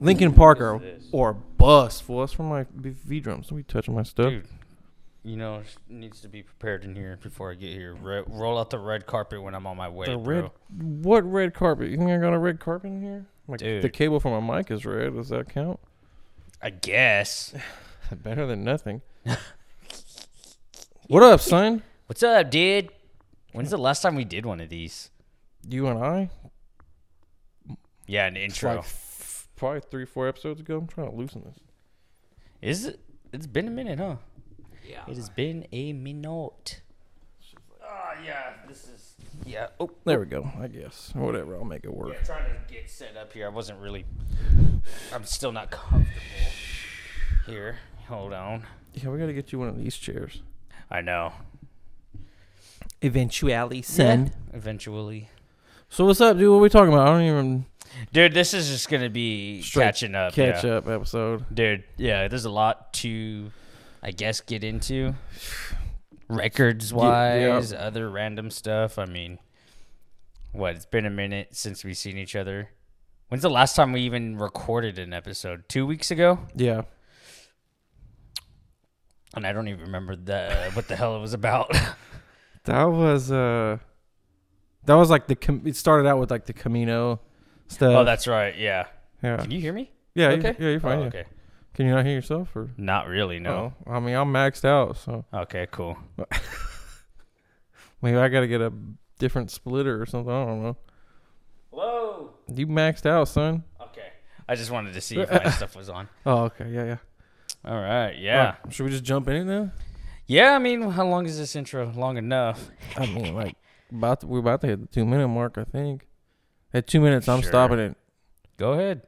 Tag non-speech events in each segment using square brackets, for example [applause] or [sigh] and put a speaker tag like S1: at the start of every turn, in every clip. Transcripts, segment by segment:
S1: Lincoln Park or,
S2: this?
S1: or bus. Fool, that's from my V- V drums. Don't be touching my stuff.
S2: Dude, you know, sh- needs to be prepared in here before I get here. Re- roll out the red carpet when I'm on my way,
S1: the
S2: bro.
S1: red. What red carpet? You think I got a red carpet in here? Like the
S2: Dude.
S1: cable for my mic is red. Does that count?
S2: I guess.
S1: [laughs] Better than nothing. what up, son?
S2: What's up, dude? When's the last time we did one of these?
S1: You and I.
S2: Yeah, an intro.
S1: Like f- probably three, four episodes ago. I'm trying to loosen this.
S2: Is it? It's been a minute, huh? Yeah. It has been a minute. Ah, yeah. This is. Yeah. Oh.
S1: There we go. I guess. Whatever. I'll make it work.
S2: Yeah, trying to get set up here. I wasn't really. I'm still not comfortable here. Hold on.
S1: Yeah, we got to get you one of these chairs.
S2: I know.
S1: Eventually, son.
S2: Eventually.
S1: So what's up, dude? What we talking about? I don't even
S2: Dude, this is just gonna be
S1: Straight
S2: catching up.
S1: catch
S2: yeah.
S1: up episode.
S2: Dude, yeah, there's a lot to I guess get into. [sighs] Records wise, other random stuff. I mean what, it's been a minute since we've seen each other. When's the last time we even recorded an episode? Two weeks ago?
S1: Yeah.
S2: And I don't even remember the what the hell it was
S1: [laughs]
S2: about.
S1: Uh, That was uh, that was like the com- it started out with like the Camino stuff.
S2: oh, that's right, yeah.
S1: yeah,
S2: Can you hear me?
S1: yeah,
S2: okay.
S1: You, yeah. You're fine.
S2: Oh,
S1: yeah.
S2: okay.
S1: Can you not hear yourself or
S2: Not really, no. Oh.
S1: Oh, I mean, I'm maxed out, so
S2: Okay, cool.
S1: maybe I got to get a different splitter or something. I don't know.
S2: Whoa.
S1: You maxed out, son.
S2: Okay. I just wanted to see if
S1: [laughs]
S2: my stuff was on.
S1: Oh, okay. Yeah, yeah.
S2: All right, yeah.
S1: Alright, should we just jump in it now?
S2: Yeah, I mean, how long is this intro? Long enough.
S1: I mean, like, about to, we're about to hit the two minute mark, I think. At two minutes, I'm
S2: Sure.
S1: stopping it.
S2: Go ahead.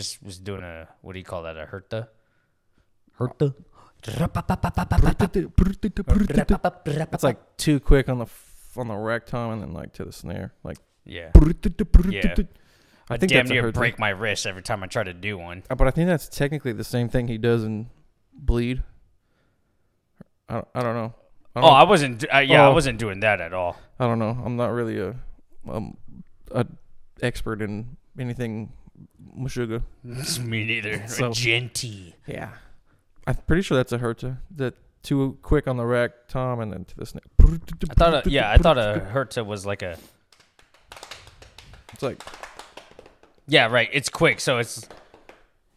S2: Just was doing a what do you call that? A herta? Herta?
S1: It's like too quick on the f- on the rack time and then like to the snare, like.
S2: Yeah.
S1: Yeah. I
S2: I
S1: think
S2: damn
S1: that's a
S2: near
S1: hurt
S2: break my wrist every time I try to do one.
S1: Uh, But I think that's technically the same thing he does in Bleed. I don't, I don't know. I
S2: Oh,
S1: don't,
S2: I wasn't. do- Uh, yeah, I
S1: Oh.
S2: wasn't doing that at all. [laughs]
S1: I don't know. I'm not really a um a expert in anything Meshuga.
S2: Me neither.
S1: [laughs] So-
S2: Genty.
S1: Yeah. I'm pretty sure that's a Herta. That too quick on the rack, Tom, and then to the snare.
S2: I thought. A, yeah, I thought
S1: [laughs]
S2: a herta was like a.
S1: It's like
S2: Yeah, right. It's quick, so it's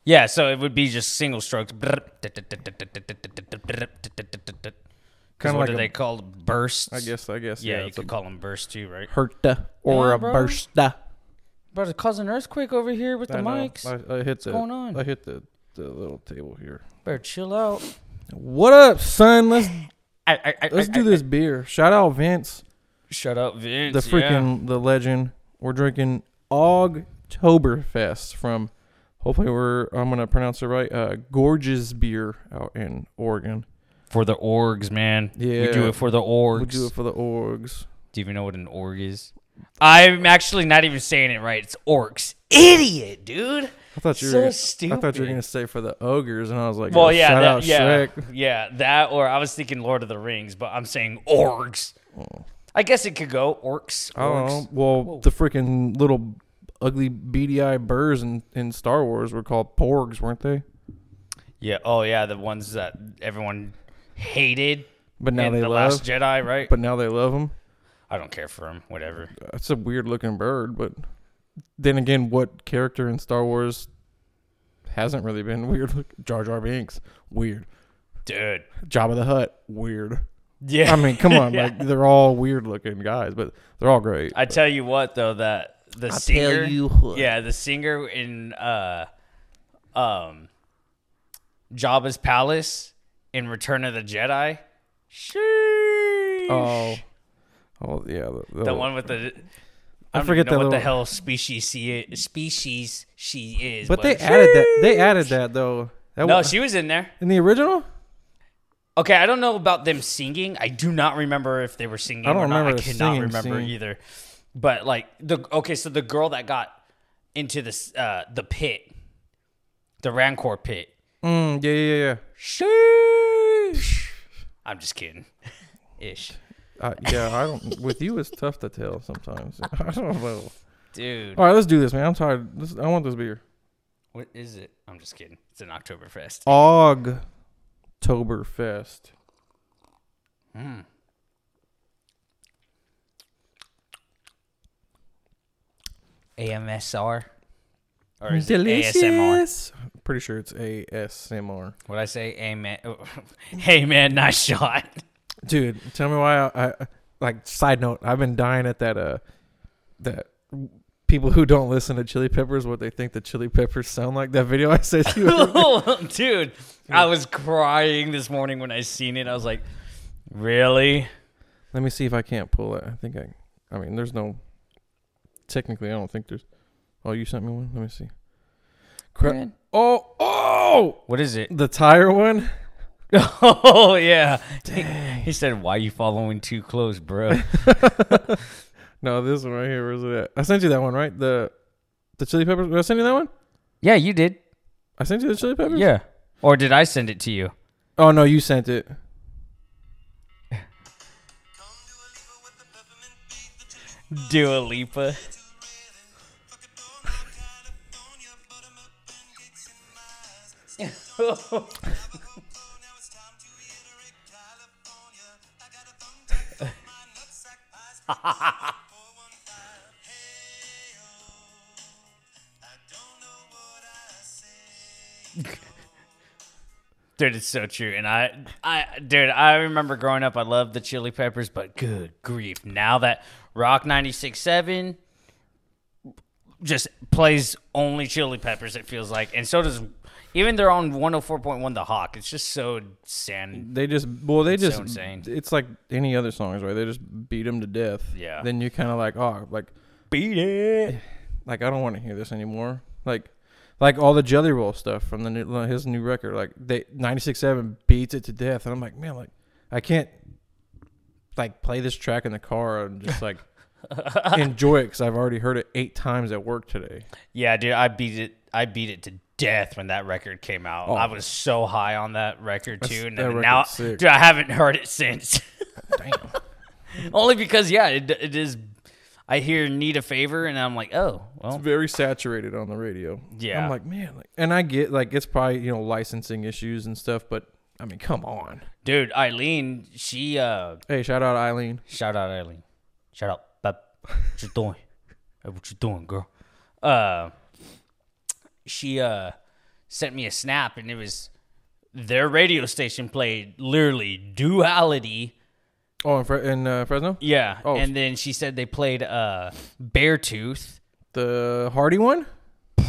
S2: yeah. So it would be just single strokes. Kind
S1: Kinda
S2: of
S1: like
S2: what are
S1: a-
S2: they called? Bursts.
S1: I guess I guess
S2: Yeah,
S1: yeah.
S2: you
S1: it's a
S2: could call them bursts too, right?
S1: Herta or
S2: Yeah,
S1: a
S2: bro.
S1: Bursta.
S2: But it's causing an earthquake over here with
S1: I
S2: the
S1: know.
S2: mics.
S1: I, I hit the,
S2: going on?
S1: I hit the, the little table here.
S2: Better chill out.
S1: What up, son?
S2: [laughs]
S1: Let's
S2: I, I, I,
S1: Let's
S2: I-
S1: do
S2: I-
S1: this beer. Shout out Vince,
S2: Shut up, Vince.
S1: the
S2: yeah.
S1: freaking the legend. We're drinking Ogtoberfest from hopefully we're I'm gonna pronounce it right. Uh, gorgeous beer out in Oregon.
S2: for the orgs, man. we do
S1: Yeah.
S2: it for the
S1: We
S2: orgs.
S1: do it for the orgs.
S2: do you even know what an org is? I'm actually not even saying it right. It's orcs. Idiot, dude.
S1: I thought you
S2: So
S1: were.
S2: stupid.
S1: I thought you were gonna say for the ogres, and I was like,
S2: Well, yeah,
S1: shout
S2: that,
S1: out
S2: yeah,
S1: Shrek.
S2: yeah, that, or I was thinking Lord of the Rings, but I'm saying orgs. I guess it could go orcs.
S1: I don't
S2: orcs.
S1: know. Well, the freaking little ugly beady eye burrs in, in Star Wars were called porgs, weren't they?
S2: Yeah. Oh, yeah. The ones that everyone hated.
S1: But now
S2: in
S1: they
S2: the
S1: love.
S2: Last Jedi, right?
S1: But now they love them.
S2: I don't care for them. Whatever.
S1: That's a weird looking bird, but then again, what character in Star Wars hasn't really been [laughs] weird? Look, Jar Jar Binks, weird.
S2: Dude.
S1: Jabba the Hutt, weird.
S2: Yeah.
S1: I mean,
S2: [laughs]
S1: come on, like they're all weird looking guys, but they're all great.
S2: I tell you what, though, that the singer. Yeah, the singer in uh, um, Jabba's palace in Return of the Jedi. Sheesh.
S1: oh, oh yeah, the, the-
S2: The one with the I,
S3: I forget
S2: don't
S3: that
S2: even know what the
S3: little-
S2: hell species she is, species she is.
S3: But they added that. They added that though. That
S2: no,
S3: wa-
S2: she was in there.
S3: in the original.
S2: Okay, I don't know about them singing. I do not remember if they were singing.
S3: I don't
S2: or not.
S3: remember the
S2: I cannot
S3: singing
S2: remember
S3: scene.
S2: either. But like the okay, so the girl that got into this uh, the pit, the Rancor pit.
S3: Mm, yeah, yeah, yeah.
S2: Sheesh. I'm just kidding. [laughs] Ish,
S1: I, yeah, I don't. With you, it's tough to tell sometimes. [laughs] I don't know.
S2: dude.
S3: Oh.
S1: All right, let's do this, man. I'm tired. This, I want this beer.
S2: What is it? I'm just kidding. It's an Oktoberfest.
S1: Ogtoberfest.
S2: AMSR or is it ASMR?
S1: Delicious. I'm Pretty sure it's ASMR.
S2: What I say? Amen. [laughs] hey man, nice shot. [laughs]
S1: Dude, tell me why I, I like side note, I've been dying at that uh that people who don't listen to Chili Peppers what they think the Chili Peppers sound like. That video I sent you.
S2: Dude, I was crying this morning when I seen it. I was like, really?
S1: Let me see if I can't pull it. I think I I mean there's no technically I don't think there's Oh, you sent me one? Let me see. Cra- oh oh
S2: What is it?
S1: the tire one?
S2: [laughs] Oh yeah. He, he said, "Why you following too close, bro?"
S1: No, this one right here, where's it at? I sent you that one, right? The the chili peppers. Did I send you that one?
S2: [laughs] yeah, you did.
S1: I sent you the chili peppers?
S2: Yeah. Or did I send it to you?
S1: Oh no, you sent it.
S2: Dua Lipa. Dude, it's so true. And I, I, dude, I remember growing up, I loved the Chili Peppers, but good grief. Now that Rock 96.7 just plays only Chili Peppers, it feels like. And so does, even they're on 104.1 The Hawk. It's just so sand.
S1: They just well, they just
S2: so insane.
S1: it's like any other songs, right? They just beat them to death.
S2: Yeah.
S1: Then you kind of like, oh, like
S2: Beat it.
S1: [sighs] like I don't want to hear this anymore. Like like all the Jelly Roll stuff from the new, his new record, like they ninety six seven beats it to death, and I'm like, man, like I can't like play this track in the car and
S2: [laughs]
S1: just like enjoy it because I've already heard it eight times at
S2: [laughs]
S1: work today.
S2: Yeah, dude, I beat it. I beat it to death when that record came out. I was so high on that record too, and
S1: Oh. that
S2: then
S1: record's
S2: now,
S1: sick.
S2: dude, I haven't heard it since. [laughs]
S1: Damn.
S2: Only because, yeah, it, it is. I hear "Need a Favor" and I'm like, oh, well,
S1: very saturated on the radio.
S2: Yeah.
S1: I'm like, man, like, and I get like it's probably you know licensing issues and stuff, but I mean, come on.
S2: dude, Eileen, she uh,
S1: Hey, shout out Eileen.
S2: shout out Eileen, shout out, babe, what you doing? Hey, what you doing, girl? Uh, she uh sent me a snap, and it was their radio station played literally duality.
S1: Oh, in, Fre- in uh, Fresno,
S2: Yeah.
S1: Oh.
S2: And then she said they played uh Beartooth,
S1: the Hardy one.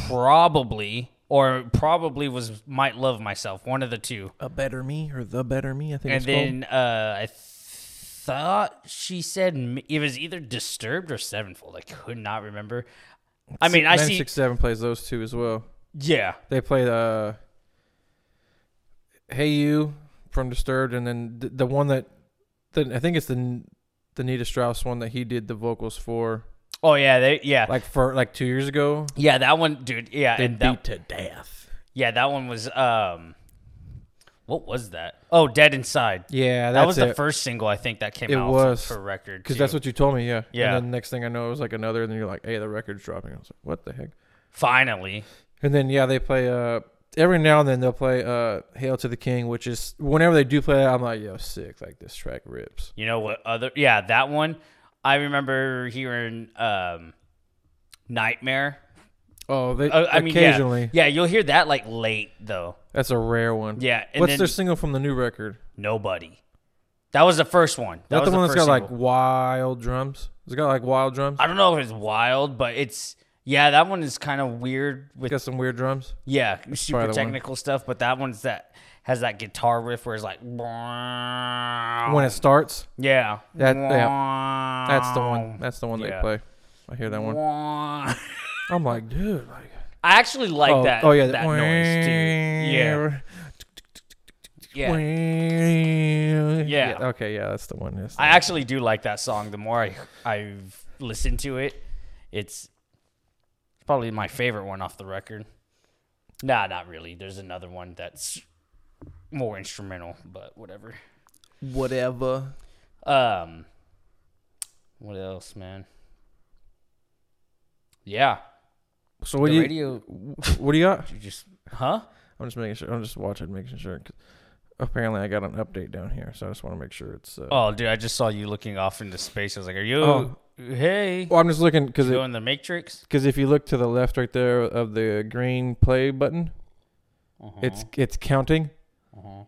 S2: probably or probably was Might Love Myself, one of the two.
S1: A better me or the better me, I think.
S2: And
S1: it's
S2: then uh I thought she said m- it was either Disturbed or Sevenfold. I could not remember. I mean, I see.
S1: Seven plays those two as well.
S2: Yeah.
S1: They play the Hey You from Disturbed, and then the, the one that the, I think it's the the Nita Strauss one that he did the vocals for,
S2: Oh yeah, they yeah.
S1: like for like two years ago.
S2: yeah, that one dude. Yeah,
S1: They
S2: and that
S1: beat to death.
S2: yeah, that one was um what was that? Oh, Dead Inside.
S1: Yeah,
S2: that was
S1: it.
S2: the first single I think that came
S1: It
S2: out
S1: was.
S2: for, for record.
S1: Because that's
S2: too.
S1: what you told me, yeah.
S2: Yeah.
S1: And then next thing I know, it was like another, and then you're like, hey, the record's dropping. I was like, what the heck?
S2: finally.
S1: And then, yeah, they play, uh, every now and then they'll play uh, Hail to the King, which is, whenever they do play that, I'm like, yo, sick. Like, this track rips.
S2: You know what other? Yeah, that one. I remember hearing um, "Nightmare."
S1: Oh, they
S2: Uh, I mean, yeah.
S1: occasionally.
S2: yeah, you'll hear that like late though.
S1: That's a rare one.
S2: Yeah, and
S1: What's
S2: then
S1: their single from the new record?
S2: nobody. That was the first one. That
S1: That's
S2: was
S1: the one that's
S2: first
S1: got like
S2: single.
S1: wild drums. It's got like wild drums.
S2: I don't know if it's wild, but it's yeah. That one is kind of weird with
S1: got some weird drums.
S2: yeah super
S1: the one.
S2: technical stuff, but that one's that has that guitar riff where it's like
S1: When it starts,
S2: yeah
S1: That- yeah.
S2: yeah
S1: that's the one. That's the one
S2: Oh. Yeah.
S1: they play. I hear that one.
S2: Wah.
S1: I'm like, dude, like
S2: I actually like
S1: oh,
S2: that.
S1: Oh yeah,
S2: that noise too. Yeah, yeah.
S1: Yeah.
S2: Yeah.
S1: Okay, yeah, that's the one. That's the
S2: I
S1: one.
S2: actually do like that song. The more I I've listened to it, it's probably my favorite one off the record. Nah, not really. There's another one that's more instrumental, but whatever.
S1: whatever.
S2: Um, what else, man? Yeah,
S1: So what
S2: the
S1: do you
S2: radio.
S1: what do you got?
S2: You just huh?
S1: I'm just making sure. I'm just watching, making sure. 'cause apparently, I got an update down here, so I just want to make sure it's. Uh,
S2: Oh, dude, I just saw you looking off into space. I was like, "Are you
S1: Oh.
S2: hey?
S1: Well, I'm just looking because
S2: You in the Matrix?"
S1: because if you look to the left right there of the green play button,
S2: Uh-huh, Mm-hmm.
S1: it's it's counting
S2: uh-huh.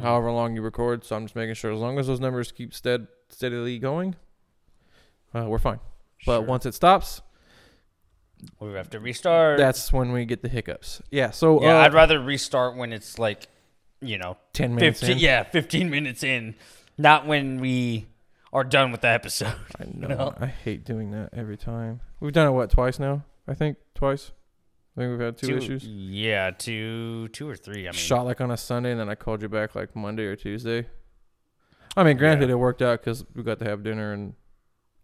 S1: however long you record. So I'm just making sure as long as those numbers keep stead steadily going, uh, we're fine. But
S2: Sure.
S1: once it stops,
S2: we have to restart.
S1: that's when we get the hiccups. Yeah. So
S2: yeah,
S1: uh,
S2: I'd rather restart when it's like, you know,
S1: ten minutes.
S2: fifteen.
S1: in.
S2: Yeah, fifteen minutes in, not when we are done with the episode.
S1: I know.
S2: No.
S1: I hate doing that every time. We've done it what twice now? I think twice. I think we've had two, issues.
S2: Yeah, two, two or three. I mean,
S1: Shot like on a Sunday, and then I called you back like Monday or Tuesday. I mean, granted,
S2: Yeah.
S1: it worked out because we got to have dinner and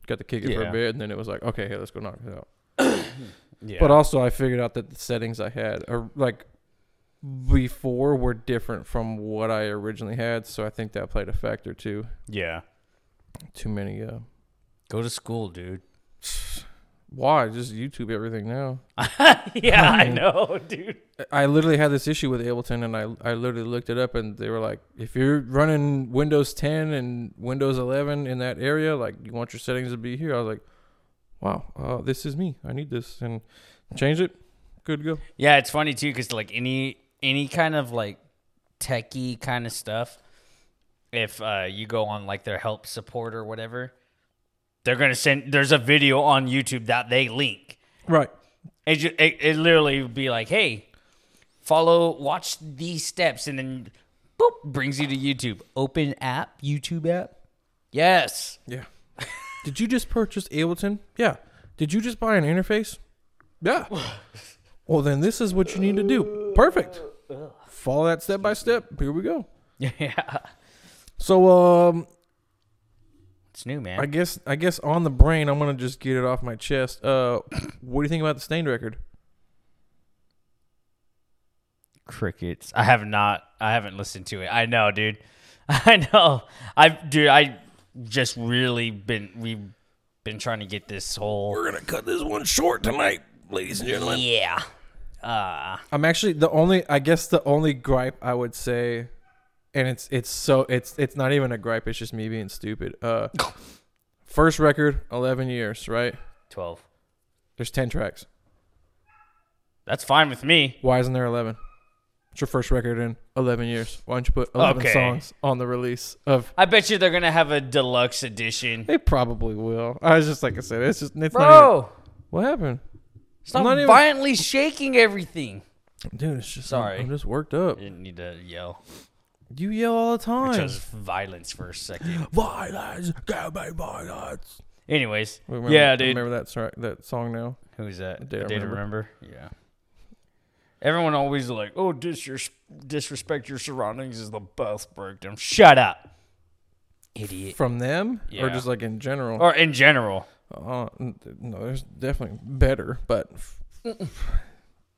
S1: got to kick it for
S2: Yeah.
S1: a bit, and then it was like, okay, hey, let's go knock it out.
S2: yeah.
S1: But also, I figured out that the settings I had are like before were different from what I originally had, so I think that played a factor too.
S2: yeah,
S1: Too many. Uh,
S2: go to school,
S1: [laughs]
S2: dude.
S1: why just YouTube everything now?
S2: yeah, I [laughs]
S1: mean-
S2: know, dude.
S1: I literally had this issue with Ableton, and I I literally looked it up, and they were like, if you're running Windows 10 and Windows 11 in that area, like you want your settings to be here. I was like, wow, uh, this is me. I need this, and change it. Good to go.
S2: Yeah, it's funny too because like any any kind of like techie kind of stuff, if uh, you go on like their help support or whatever, they're gonna send. There's a video on YouTube that they link.
S1: Right.
S2: It ju it, it literally would be like, hey, follow, watch these steps, and then boop brings you to YouTube. Open app, YouTube app. Yes. [laughs]
S1: Yeah. [laughs] Did you just purchase Ableton? Yeah. Did you just buy an interface? Yeah. [laughs] well, then this is what you need to do. Perfect. Follow that step by step. Here we go.
S2: Yeah.
S1: So, um,
S2: It's new, man.
S1: I guess I guess on the brain, I'm gonna just get it off my chest. Uh, what do you think about the stained record?
S2: crickets. I have not. I haven't listened to it. I know, dude. [laughs] I know. I dude. I just really been. We've been trying to get this whole.
S1: We're gonna cut this one short tonight, ladies and gentlemen.
S2: Yeah. Uh,
S1: I'm actually the only. I guess the only gripe I would say, and it's it's so it's it's not even a gripe. It's just me being stupid. [laughs] Uh, first record, 11 years, right?
S2: twelve.
S1: There's 10 tracks.
S2: That's fine with me.
S1: Why isn't there 11? It's your first record in 11 years. Why don't you put 11
S2: Okay.
S1: songs on the release of?
S2: I bet you they're gonna have a deluxe edition,
S1: They probably will. I was just like I said. It's just it's not. Even,
S2: bro.
S1: what happened?
S2: Stop
S1: not even-
S2: violently shaking everything.
S1: Dude, it's just
S2: Sorry.
S1: I'm, I'm just worked up.
S2: I didn't need to yell.
S1: You yell all the
S2: I
S1: time.
S2: chose violence for a second.
S1: [gasps] violence, give me violence.
S2: Anyways,
S1: Remember,
S2: yeah, dude.
S1: Remember that sor- that song now?
S2: Who's that?
S1: Day
S2: Day,
S1: I
S2: to remember.
S1: Remember.
S2: Yeah. Everyone always like, oh, dis- your, disrespect your surroundings is the best breakdown. Shut up, idiot.
S1: From them, or
S2: Yeah.
S1: just like in general?
S2: Or in general,
S1: Uh, n- no, there's definitely better, but f-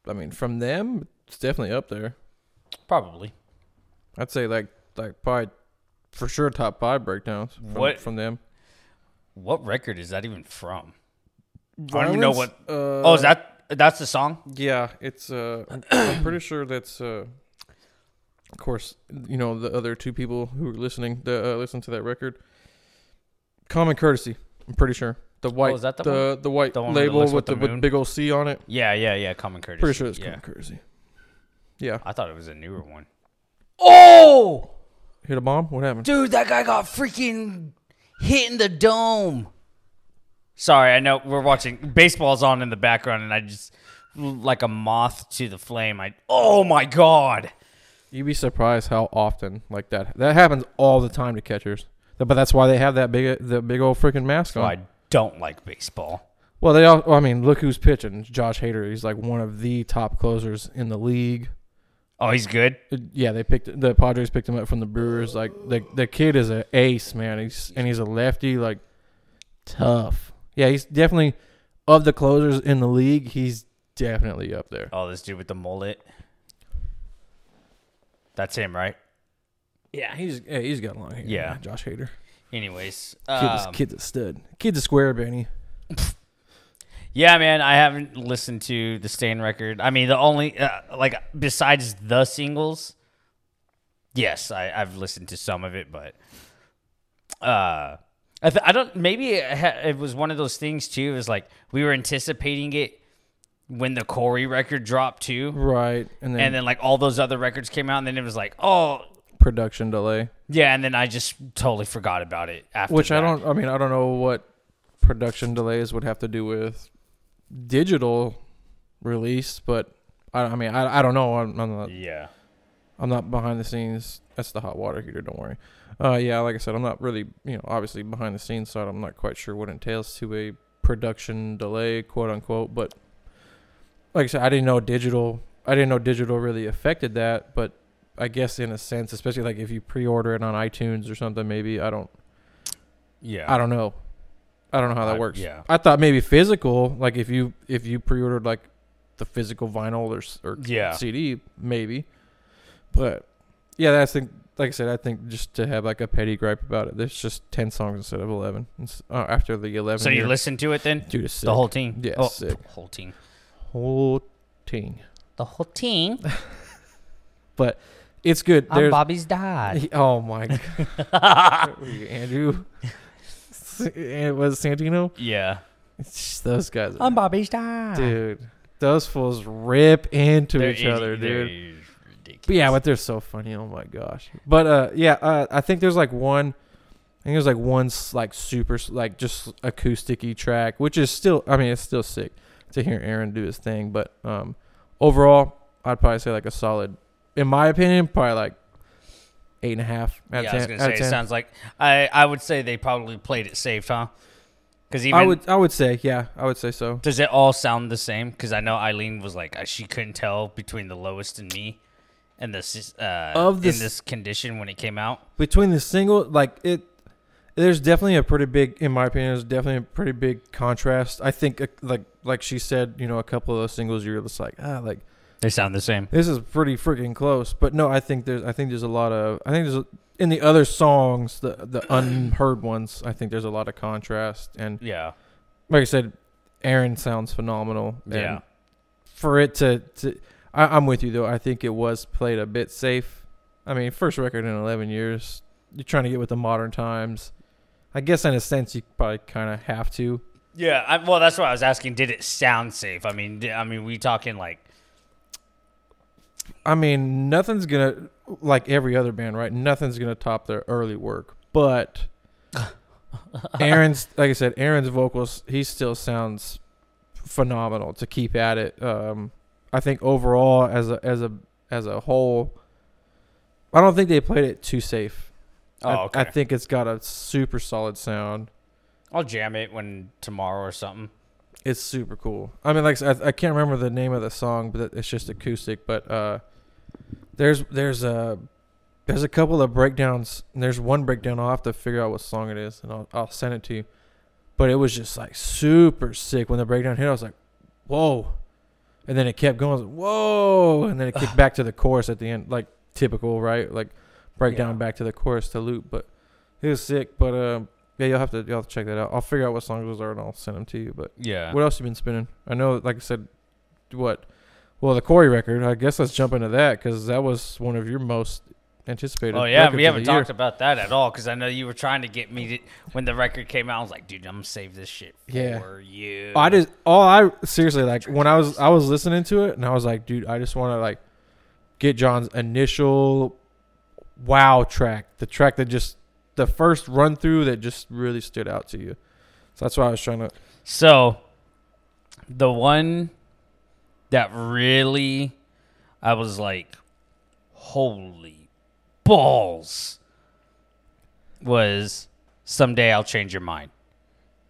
S1: I mean, from them, it's definitely up there.
S2: probably.
S1: I'd say like like probably for sure top five breakdowns. From,
S2: What-
S1: from them?
S2: What record is that even from? I don't even know
S1: Violence, Uh,
S2: oh, is that that's the song? Oh,
S1: Yeah, it's. Uh, I'm-
S2: [clears throat]
S1: I'm pretty sure that's. Uh, of course, you know the other two people who were listening the uh, listen to that record. Common courtesy. I'm pretty sure the white.
S2: Oh, is that the
S1: the, the white
S2: The one where it
S1: label
S2: looks
S1: with,
S2: with
S1: the,
S2: the moon?
S1: with big old C on it?
S2: Yeah, yeah, yeah. Common courtesy.
S1: Pretty sure it's
S2: yeah.
S1: common courtesy. Yeah,
S2: I thought it was a newer one. Oh,
S1: hit a bomb. What happened?
S2: dude, that guy got freaking hit in the dome. Sorry, I know we're watching baseball's on in the background, and I just like a moth to the flame. I oh my god,
S1: You'd be surprised how often like that that happens all the time to catchers. But that's why they have that big the big uh, old freaking mask
S2: Oh,
S1: on.
S2: I don't like baseball.
S1: Well, they all. Well, I mean, look who's pitching. Josh Hader. He's like one of the top closers in the league.
S2: Oh, he's good.
S1: It- Uh, yeah, they picked the Padres picked him up from the Brewers. Like the the kid is an ace, man. He's and he's a lefty. Like tough. Yeah, he's definitely of the closers in the league. He's definitely up there.
S2: Oh, this dude with the mullet. That's him, right?
S1: Yeah, he's yeah, he's got long hair.
S2: Yeah.
S1: man. Josh Hader.
S2: Anyways,
S1: Kid is
S2: um,
S1: kid's a stud. Kid's a square, Benny.
S2: yeah, man, I haven't listened to the Stain record. I mean, the only uh, like besides the singles, yes, I, I've listened to some of it, but uh, I, th- I don't. Maybe it, ha- it was one of those things too. It was like we were anticipating it when the Corey record dropped too,
S1: Right, and then,
S2: and then like all those other records came out, and then it was like, oh,
S1: production delay,
S2: Yeah, and then I just totally forgot about it after.
S1: which I
S2: that.
S1: don't. I mean, I don't know what production delays would have to do with digital release, but I, I mean, I, I don't know. I'm, I'm not.
S2: Yeah,
S1: I'm not behind the scenes. That's the hot water heater. Don't worry. Uh, yeah, like I said, I'm not really, you know, obviously behind the scenes side. I'm not quite sure what entails to a production delay, quote unquote. But like I said, I didn't know digital. I didn't know digital really affected that. But I guess in a sense, especially like if you pre-order it on iTunes or something, maybe I don't.
S2: yeah.
S1: I don't know. I don't know how that
S2: I-
S1: works.
S2: yeah.
S1: I thought maybe physical, like if you if you pre-ordered like the physical vinyl or s- or
S2: Yeah.
S1: CD, maybe. But yeah, that's the, like I said. I think just to have like a petty gripe about it, there's just ten songs instead of eleven. It's, uh, after the eleven,
S2: So you
S1: year-
S2: listen to it then?
S1: dude, it's sick.
S2: The whole team.
S1: Yeah,
S2: Oh,
S1: sick.
S2: whole team.
S1: whole thing.
S2: The whole team.
S1: [laughs] It's good.
S2: I'm
S1: There's, [laughs]
S2: Bobby's dad.
S1: oh my god, What are you, [laughs] Andrew. It was Santino.
S2: Yeah.
S1: It's just those guys. are-
S2: Bobby's dad.
S1: dude. Those fools rip into
S2: They're
S1: each other,
S2: idi-
S1: dude.
S2: they're ridiculous.
S1: But yeah, but they're so funny. Oh my gosh. But uh, yeah, uh, I think there's like one. I think there's like one s- like super s- like just acousticy track, which is still. I mean, it's still sick to hear Aaron do his thing. But um, overall, I'd probably say like a solid, in my opinion, probably like eight and a half out
S2: yeah,
S1: of
S2: I was
S1: ten.
S2: gonna
S1: out
S2: say
S1: of
S2: it
S1: 10.
S2: sounds like I I would say they probably played it safe, huh? Because even
S1: I would I would say yeah, I would say so.
S2: does it all sound the same? Because I know Eileen was like uh, she couldn't tell between the lowest and me, and this uh,
S1: Of
S2: in
S1: this-
S2: this condition when it came out.
S1: between the single like it there's definitely a pretty big in my opinion there's definitely a pretty big contrast i think uh, like like she said you know a couple of those singles you're just like ah like
S2: They sound the same.
S1: this is pretty freaking close but no i think there's i think there's a lot of i think there's a, in the other songs the the unheard ones i think there's a lot of contrast and
S2: Yeah.
S1: like i said aaron sounds phenomenal and
S2: Yeah.
S1: for it to, to I, I'm with you though. I think it was played a bit safe. I mean, first record in 11 years. You're trying to get with the modern times. I guess in a sense you probably kind of have to.
S2: Yeah. I, well, that's what I was asking. Did it sound safe? I mean, di- I mean, we talking like
S1: I mean, nothing's gonna like every other band, right? Nothing's gonna top their early work,
S2: [laughs]
S1: but Aaron's, like I said, Aaron's vocals, he still sounds phenomenal to keep at it. Um, I think overall, as a as a as a whole, I don't think they played it too safe.
S2: oh,
S1: I,
S2: okay.
S1: I think it's got a super solid sound.
S2: I'll jam it when tomorrow or something.
S1: It's super cool. I mean, like I, said, I, I can't remember the name of the song, but it's just acoustic. But uh, there's there's a there's a couple of breakdowns. And there's one breakdown. I'll have to figure out what song it is, and I'll I'll send it to you. But it was just like super sick when the breakdown hit. I was like, whoa, and then it kept going. I was like, whoa, and then it kicked back to the chorus at the end, like typical, right? Like breakdown
S2: Yeah.
S1: back to the chorus to loop. But it was sick. But uh, yeah, you'll have to you'll have to check that out. I'll figure out what songs those are, and I'll send them to you. But
S2: Yeah.
S1: what else you been spinning? I know, like I said, what? Well, the Corey record. I guess let's jump into that because that was one of your most anticipated.
S2: Oh yeah,
S1: records
S2: we
S1: of
S2: haven't
S1: the year.
S2: talked about that at all because I know you were trying to get me to, when the record came out. I was like, dude, I'm gonna save this shit for
S1: Yeah. Oh,
S2: you.
S1: I just all I seriously like when I was I was listening to it and I was like, dude, I just want to like get John's initial wow track, the track that just the first run through that just really stood out to you. So that's why I was trying to.
S2: So, the one that really I was like, holy balls, was Someday I'll Change Your Mind.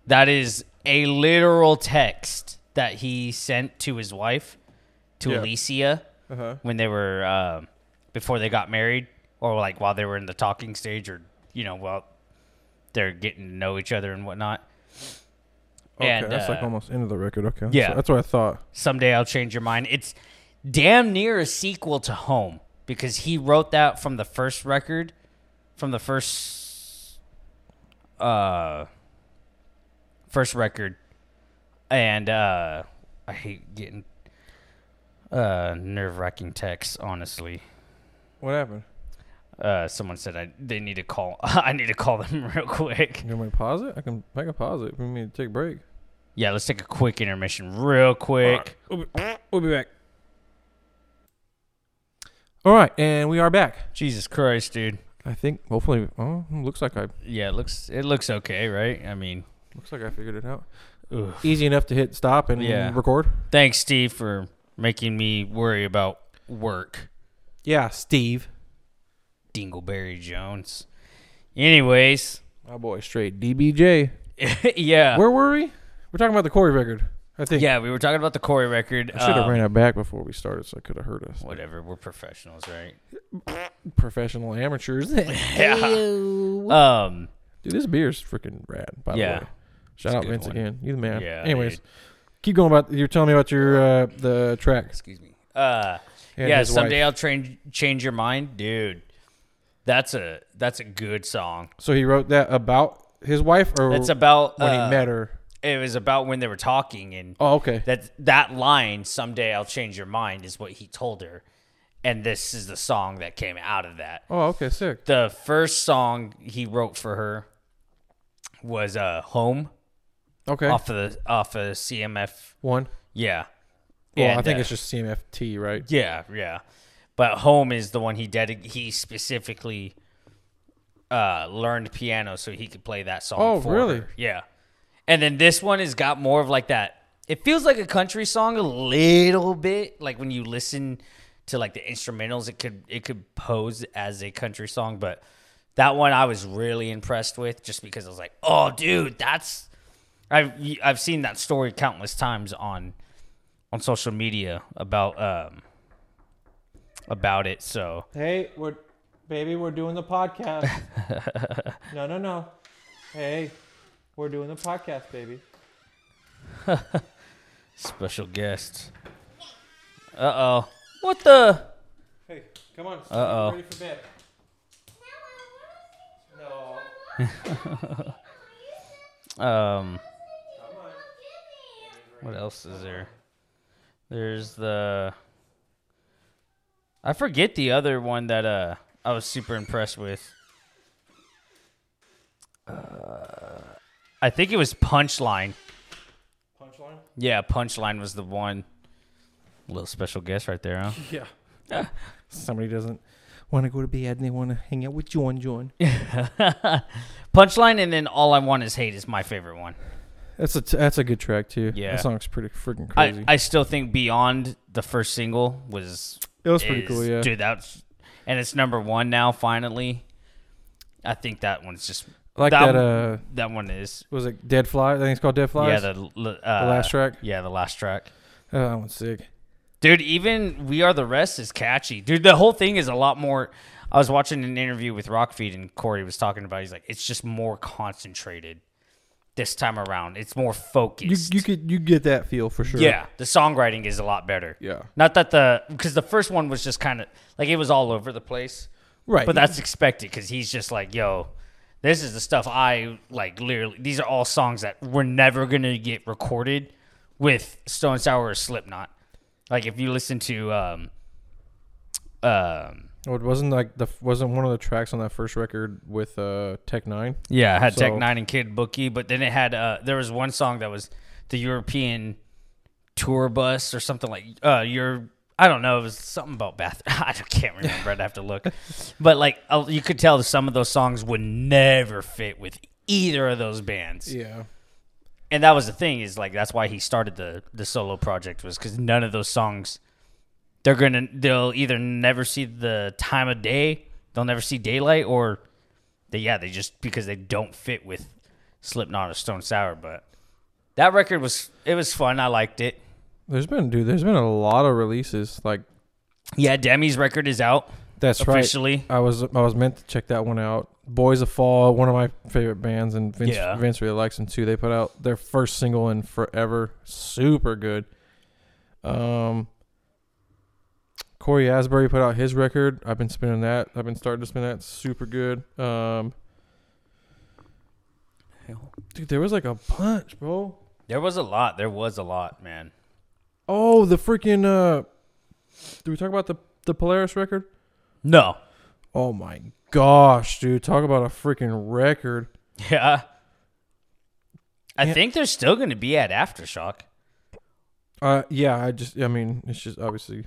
S2: That is a literal text that he sent to his wife, to
S1: Yeah.
S2: Alicia,
S1: Uh huh.
S2: when they were um before they got married, or like while they were in the talking stage, or you know, while they're getting to know each other and whatnot.
S1: Okay,
S2: and
S1: that's like
S2: uh,
S1: almost end of the record. Okay.
S2: yeah.
S1: So that's what I thought.
S2: someday I'll change your mind. It's damn near a sequel to Home because he wrote that from the first record, from the first uh first record, and uh I hate getting uh nerve wracking texts. Honestly,
S1: What happened?
S2: uh, someone said I they need to call. [laughs] I need to call them [laughs] real quick.
S1: You want me to pause it? I can. I can pause it. We need to take a break.
S2: Yeah, let's take a quick intermission, real quick.
S1: We'll be, we'll be back. All right, and we are back.
S2: Jesus Christ, dude.
S1: I think hopefully. Oh, looks like I
S2: Yeah, it looks it looks okay, right? I mean,
S1: looks like I figured it out.
S2: ugh.
S1: Easy enough to hit stop and
S2: Yeah.
S1: record.
S2: Thanks, Steve, for making me worry about work.
S1: Yeah, Steve.
S2: Dingleberry Jones. Anyways, [laughs]
S1: My boy, straight DBJ.
S2: yeah,
S1: Where were we? We're talking about the Corey record. I think.
S2: Uh, yeah, we were talking about the Corey record.
S1: I should have
S2: um,
S1: ran it back before we started, so I could have heard us.
S2: Whatever, we're professionals, right? [laughs]
S1: Professional amateurs. [laughs] Dude,
S2: Um,
S1: this beer's freaking rad. By
S2: Yeah.
S1: the way,
S2: It's
S1: shout
S2: a
S1: out
S2: good
S1: Vince
S2: one.
S1: again. You the man.
S2: Yeah,
S1: Anyways,
S2: dude.
S1: keep going about. You're telling me about your uh, the track.
S2: excuse me. Uh,
S1: and
S2: yeah,
S1: his wife.
S2: someday I'll train change your mind, dude. That's a that's a good song.
S1: So he wrote that about his wife, or
S2: It's about
S1: when
S2: uh,
S1: he met her.
S2: It was about when they were talking and
S1: Oh, okay.
S2: that that line someday i'll change your mind is what he told her and this is the song that came out of that
S1: oh, okay. Sick.
S2: the first song he wrote for her was uh home
S1: Okay.
S2: off of the off of cmf
S1: One.
S2: yeah
S1: Well, I
S2: And,
S1: think
S2: uh,
S1: it's just CMFT, right?
S2: yeah yeah but home is the one he dedic- he specifically uh learned piano so he could play that song
S1: Oh,
S2: for
S1: really?
S2: her. yeah and then this one has got more of like that it feels like a country song a little bit like when you listen to like the instrumentals it could it could pose as a country song but that one i was really impressed with just because i was like oh dude that's i've y- i've seen that story countless times on on social media about um about it so
S1: Hey, we're baby, we're doing the podcast. no, no, no. Hey, we're doing the podcast, baby.
S2: Special guest. Uh oh. What the?
S1: Hey, come on.
S2: Uh-oh.
S1: Ready for bed. No.
S2: Um. What else is there? There's the. I forget the other one that uh I was super impressed with. Uh, I think it was Punchline.
S1: Punchline?
S2: Yeah, Punchline was the one. Little special guest right there, huh?
S1: Yeah. Somebody doesn't want to go to bed and they want to hang out with John John.
S2: [laughs] Punchline, and then All I Want Is Hate is my favorite one.
S1: That's a t- that's a good track too.
S2: Yeah.
S1: That song's pretty freaking
S2: I,
S1: crazy.
S2: I still think Beyond the first single was
S1: it was pretty
S2: is-
S1: cool, yeah.
S2: Dude, that's and it's number one now. Finally, I think that one's just
S1: I like
S2: that
S1: that, uh
S2: that one is
S1: was it Dead Fly? I think it's called Dead
S2: yeah
S1: Flies.
S2: the, l- uh,
S1: The last track.
S2: yeah the last track.
S1: Oh, that one's sick.
S2: Dude, even We Are the Rest is catchy. Dude, the whole thing is a lot more. I was watching an interview with Rockfeed and Corey was talking about. it. He's like, it's just more concentrated this time around. It's more
S1: You
S2: focused.
S1: you could you get that feel for sure.
S2: yeah, the songwriting is a lot better.
S1: Yeah.
S2: Not that the because the first one was just kind of like it was all over the place,
S1: Right.
S2: but that's expected because he's just like, yo, this is the stuff I like. Literally, these are all songs that were never gonna get recorded with Stone Sour or Slipknot. Like if you listen to um um
S1: Oh, it wasn't like the wasn't one of the tracks on that first record with uh Tech Nine.
S2: yeah, it had Tech
S1: So-
S2: Nine and Kid Bookie, but then it had uh there was one song that was the European tour bus or something like uh your I don't know it was something about bath [laughs] I can't remember I'd have to look but like uh, you could tell some of those songs would never fit with either of those bands
S1: Yeah.
S2: and that was the thing is like that's why he started the the solo project was because none of those songs they're gonna they'll either never see the time of day they'll never see daylight or they yeah they just because they don't fit with slipknot or stone sour but That record was it was fun. I liked it.
S1: There's been dude. There's been a lot of releases. Like
S2: Yeah, Demi's record is out
S1: that's right.
S2: officially.
S1: I was I was meant to check that one out. Boys of Fall, one of my favorite bands, and Vince
S2: Yeah.
S1: Vince really likes them too. They put out their first single in forever, super good. Um, Corey Asbury put out his record. I've been spinning that. I've been starting to spin that. Super good. Um, dude, there was like a bunch, bro.
S2: There was a lot. There was a lot, man.
S1: Oh, the freaking uh, did we talk about the the Polaris record?
S2: No. [laughs]
S1: Oh my gosh, dude, talk about a freaking record.
S2: Yeah. I
S1: Yeah.
S2: think they're still going to be at Aftershock.
S1: Uh, yeah, I just, I mean, it's just obviously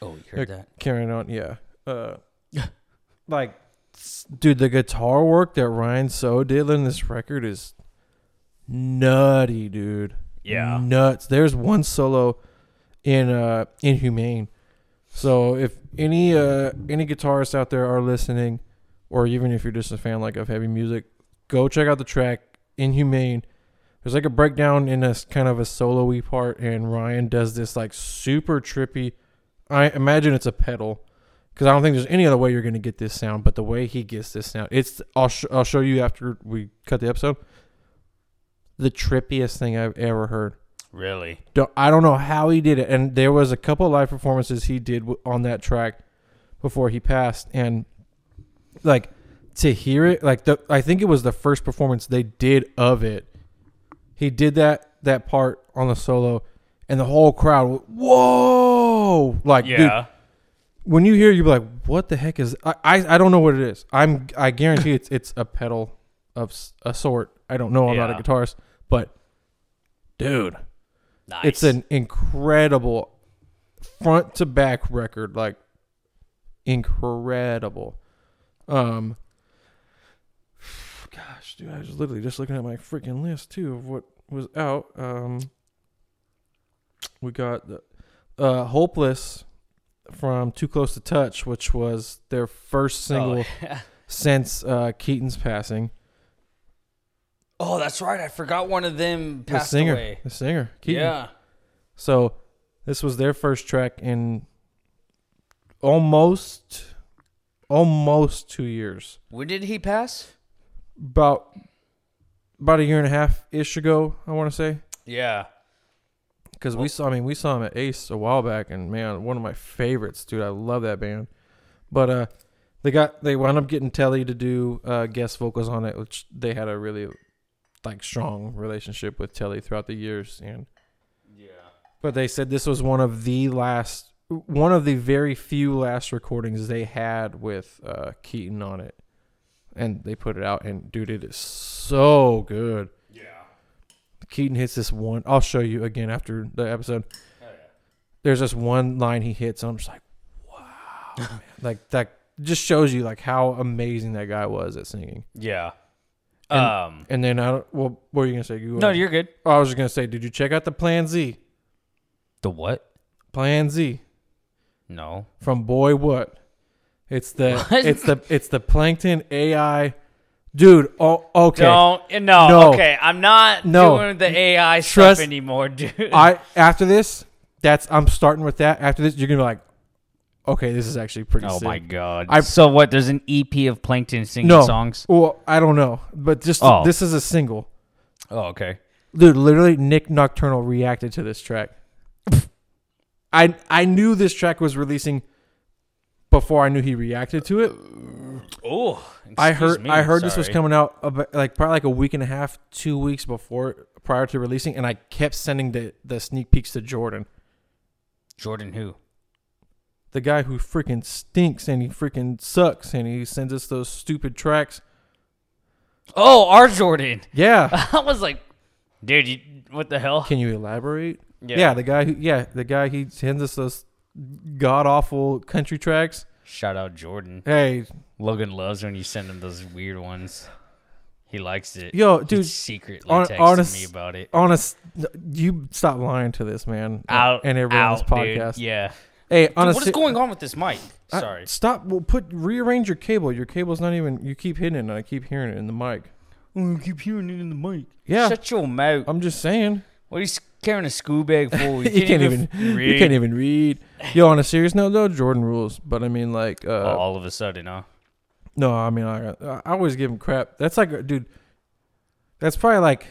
S2: Oh, you
S1: heard
S2: that?
S1: carrying on. Yeah. Uh, [laughs] like, s- dude, the guitar work that Ryan So did in this record is nutty, dude.
S2: Yeah.
S1: Nuts. There's one solo in uh Inhumane. So if any uh any guitarists out there are listening, or even if you're just a fan like of heavy music, go check out the track Inhumane. There's like a breakdown in a s- kind of a solo-y part, and Ryan does this like super trippy. I imagine it's a pedal, because I don't think there's any other way you're gonna get this sound. But the way he gets this sound, it's I'll sh- I'll show you after we cut the episode. The trippiest thing I've ever heard
S2: Really?
S1: don't, I don't know how he did it. And there was a couple live performances he did w- on that track before he passed, and like to hear it, like the I think it was the first performance they did of it. He did that that part on the solo, and the whole crowd, w- whoa! Like, dude,
S2: Yeah.
S1: when you hear, it, you're like, "What the heck is?" I, I I don't know what it is. I'm I guarantee it's it's a pedal of s- a sort. I don't know. I'm not
S2: Yeah.
S1: a guitarist, but dude,
S2: Nice.
S1: it's an incredible front to back record, like incredible. Um, gosh, dude, I was literally just looking at my freaking list too of what was out. Um, we got the, uh, "Hopeless" from "Too Close to Touch," which was their first single
S2: Oh, [laughs] yeah.
S1: since uh, Keaton's passing.
S2: Oh, that's right. I forgot one of them
S1: The
S2: passed
S1: singer,
S2: away.
S1: the singer, Keaton.
S2: Yeah.
S1: So this was their first track in almost almost two years.
S2: When did he pass?
S1: About about a year and a half ish ago, I want to say,
S2: Yeah.
S1: because we saw. I mean, we saw him at Ace a while back, and man, one of my favorites, dude. I love that band. But uh, they got they wound up getting Telly to do uh, guest vocals on it, which they had a really like strong relationship with Telly throughout the years, and
S2: Yeah.
S1: But they said this was one of the last, one of the very few last recordings they had with uh, Keaton on it, and they put it out. And dude, it is so good.
S2: Yeah.
S1: Keaton hits this one. I'll show you again after the episode.
S2: Oh,
S1: There's this one line he hits. And I'm just like,
S2: [laughs]
S1: wow, man. like that just shows you like how amazing that guy was at singing.
S2: Yeah.
S1: And-
S2: um.
S1: And then I don't. Well, what were you gonna say? You Oh,
S2: No, you're good.
S1: I was just gonna say, did you check out the Plan Z?
S2: The what?
S1: Plan Z.
S2: No.
S1: from Boy What. It's the
S2: [laughs] What?
S1: it's the it's the Plankton AI, dude. Oh, okay.
S2: Don't. eh, No,
S1: No.
S2: Okay. I'm not
S1: No.
S2: doing the AI
S1: Trust-
S2: stuff anymore, dude.
S1: [laughs] I after this, that's I'm starting with that. After this, you're gonna be like, okay, this is actually
S2: [laughs]
S1: pretty.
S2: Oh
S1: sick.
S2: my god!
S1: I-
S2: so what? There's an EP of Plankton singing
S1: No
S2: songs.
S1: Well, I don't know, but just
S2: Oh.
S1: this is a single,
S2: Oh, okay.
S1: dude. Literally, Nick Nocturnal reacted to this track. I I knew this track was releasing before I knew he reacted to it.
S2: Oh,
S1: I heard I heard this was coming out about, like probably like a week and a half, two weeks before prior to releasing, and I kept sending the the sneak peeks to Jordan,
S2: Jordan who?
S1: the guy who freaking stinks and he freaking sucks, and he sends us those stupid tracks.
S2: Oh, our Jordan.
S1: Yeah,
S2: [laughs] I was like, dude, you, what the hell?
S1: can you elaborate?
S2: Yeah.
S1: the guy who yeah the guy he sends us those god awful country tracks.
S2: Shout out Jordan.
S1: Hey,
S2: Logan loves when you send him those weird ones. He likes it.
S1: Yo,
S2: He
S1: dude,
S2: secretly
S1: hon-
S2: texting
S1: honest-
S2: me about it.
S1: honest, you stop lying to this man
S2: Out
S1: and everyone on this
S2: out, dude.
S1: podcast.
S2: Yeah.
S1: Hey,
S2: Dude,
S1: honestly,
S2: what is going on with this mic?
S1: I-
S2: Sorry.
S1: stop. Well, put rearrange your cable. Your cable's not even. You keep hitting it, and I keep hearing it in the mic.
S2: Oh, I keep hearing it in the mic.
S1: Yeah.
S2: Shut your mouth.
S1: I'm just saying.
S2: What are you s- carrying a school
S1: [laughs]
S2: bag for?
S1: You can't even. You can't even read. Yo, on a serious note, though, Jordan rules. But I mean, like, uh,
S2: all of a sudden, huh?
S1: No, I mean, I, I always give him crap. That's like, dude, that's probably like,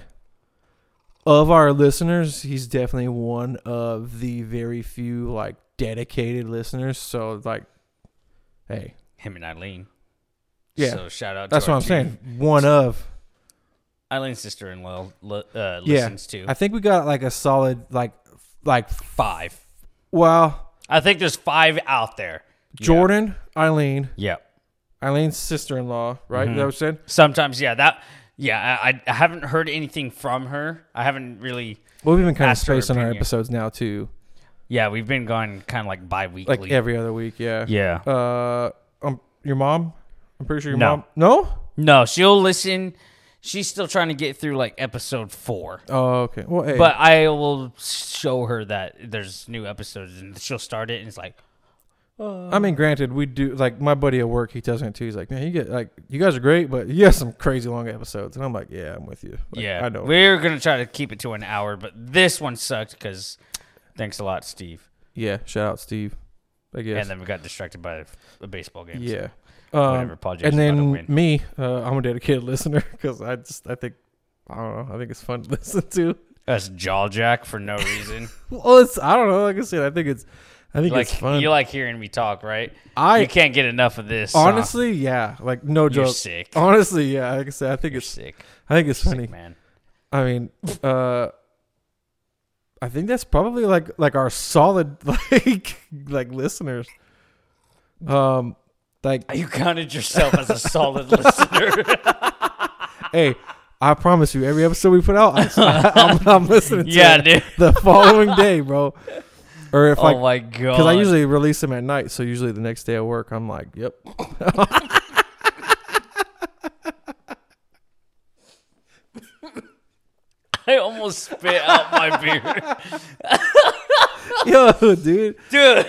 S1: of our listeners, he's definitely one of the very few, like, dedicated listeners. So, like, hey,
S2: Him and Eileen.
S1: Yeah.
S2: So shout out.
S1: that's
S2: to
S1: what
S2: our
S1: I'm
S2: two-
S1: saying. One of.
S2: Eileen's sister-in-law li- uh,
S1: Yeah.
S2: listens to
S1: I think we got, like, a solid, like, f- like,
S2: five.
S1: well,
S2: I think there's five out there. Yeah.
S1: Jordan, Eileen,
S2: Yeah.
S1: Eileen's sister in law, right?
S2: Mm-hmm.
S1: Is that what you said?
S2: Sometimes, yeah. That. Yeah. I, I haven't heard anything from her. I haven't really.
S1: Well, we've been kind
S2: Ask her
S1: of spacing our
S2: opinion.
S1: episodes now, too.
S2: Yeah, we've been going kind of like bi-weekly.
S1: Like, every other week, yeah.
S2: yeah.
S1: Uh, um, your mom? I'm pretty sure your
S2: No.
S1: mom. No.
S2: No, she'll listen. She's still trying to get through like episode four.
S1: Oh, okay. Well, hey,
S2: But I will show her that there's new episodes and she'll start it and it's like,
S1: I mean, granted, we do like my buddy at work. He tells me too. He's like, man, you get like you guys are great, but you have some crazy long episodes. And I'm like, yeah, I'm with you. Like,
S2: yeah,
S1: I know.
S2: We're going to try to keep it to an hour, but this one sucked because thanks a lot, Steve.
S1: yeah, shout out Steve. I guess.
S2: And then we got distracted by a baseball game. so
S1: yeah.
S2: whatever,
S1: Um,
S2: Paul Jackson
S1: and
S2: got a
S1: then
S2: win.
S1: me, uh, I'm a dedicated [laughs] listener because I just I think I don't know. I think it's fun to [laughs] listen to.
S2: That's jaw jack for no reason.
S1: Well, it's I don't know. Like I said, I think it's I think
S2: like,
S1: it's fun.
S2: you like hearing me talk, right?
S1: I
S2: you can't get enough of this. huh?
S1: honestly, yeah, like no
S2: you're
S1: joke.
S2: sick.
S1: Honestly, yeah, like I said, I think
S2: You're
S1: it's
S2: sick.
S1: I think it's funny.
S2: Sick, man.
S1: I mean, uh, I think that's probably like like our solid [laughs] like like listeners. Um, like
S2: [laughs] You counted yourself as a solid [laughs] listener.
S1: hey, I promise you, every episode we put out, I, am [laughs] I'm listening. To
S2: yeah,
S1: it
S2: dude.
S1: the following day, bro. Or if
S2: oh
S1: like,
S2: my god.
S1: because
S2: [laughs]
S1: I usually release them at night, so usually the next day at work, I'm like, yep. [laughs]
S2: I almost spit out my beer,
S1: Yo, dude,
S2: [laughs]
S1: [laughs]
S2: dude.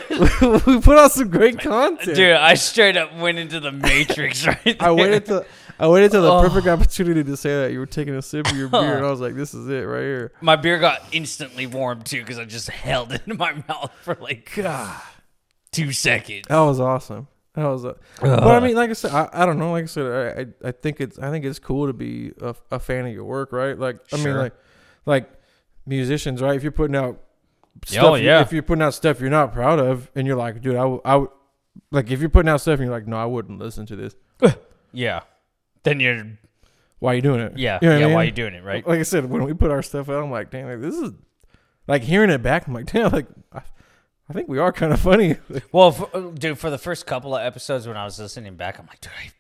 S1: we put out some great content.
S2: Dude, I straight up went into the matrix [laughs] right there.
S1: I waited to I waited till
S2: [laughs]
S1: the
S2: Oh.
S1: perfect opportunity to say that you were taking a sip
S2: [laughs]
S1: of your beer, and I was like, this is it right here.
S2: My beer got instantly warm too because I just held it in my [laughs] mouth for like
S1: God.
S2: two seconds.
S1: That was awesome. That was, a, but
S2: Uh.
S1: I mean, like I said, I, I don't know. Like I said, I, I I think it's I think it's cool to be a, a fan of your work, right? Like I
S2: Sure.
S1: mean, like like musicians, right? If you're putting out
S2: Yeah,
S1: stuff,
S2: oh, yeah.
S1: if you're putting out stuff you're not proud of, and you're like, dude, I w- I would like if you're putting out stuff and you're like, no, I wouldn't listen to this.
S2: Yeah. Then you're
S1: Why are you doing it?
S2: yeah
S1: You know what
S2: yeah.
S1: I
S2: Why
S1: mean?
S2: you doing it right?
S1: Like I said, when we put our stuff out, I'm like, damn, like this is like hearing it back. I'm like, damn, like I, I think we are kind of funny. [laughs]
S2: Well, for, uh, dude, for the first couple of episodes when I was listening back, I'm like, dude, I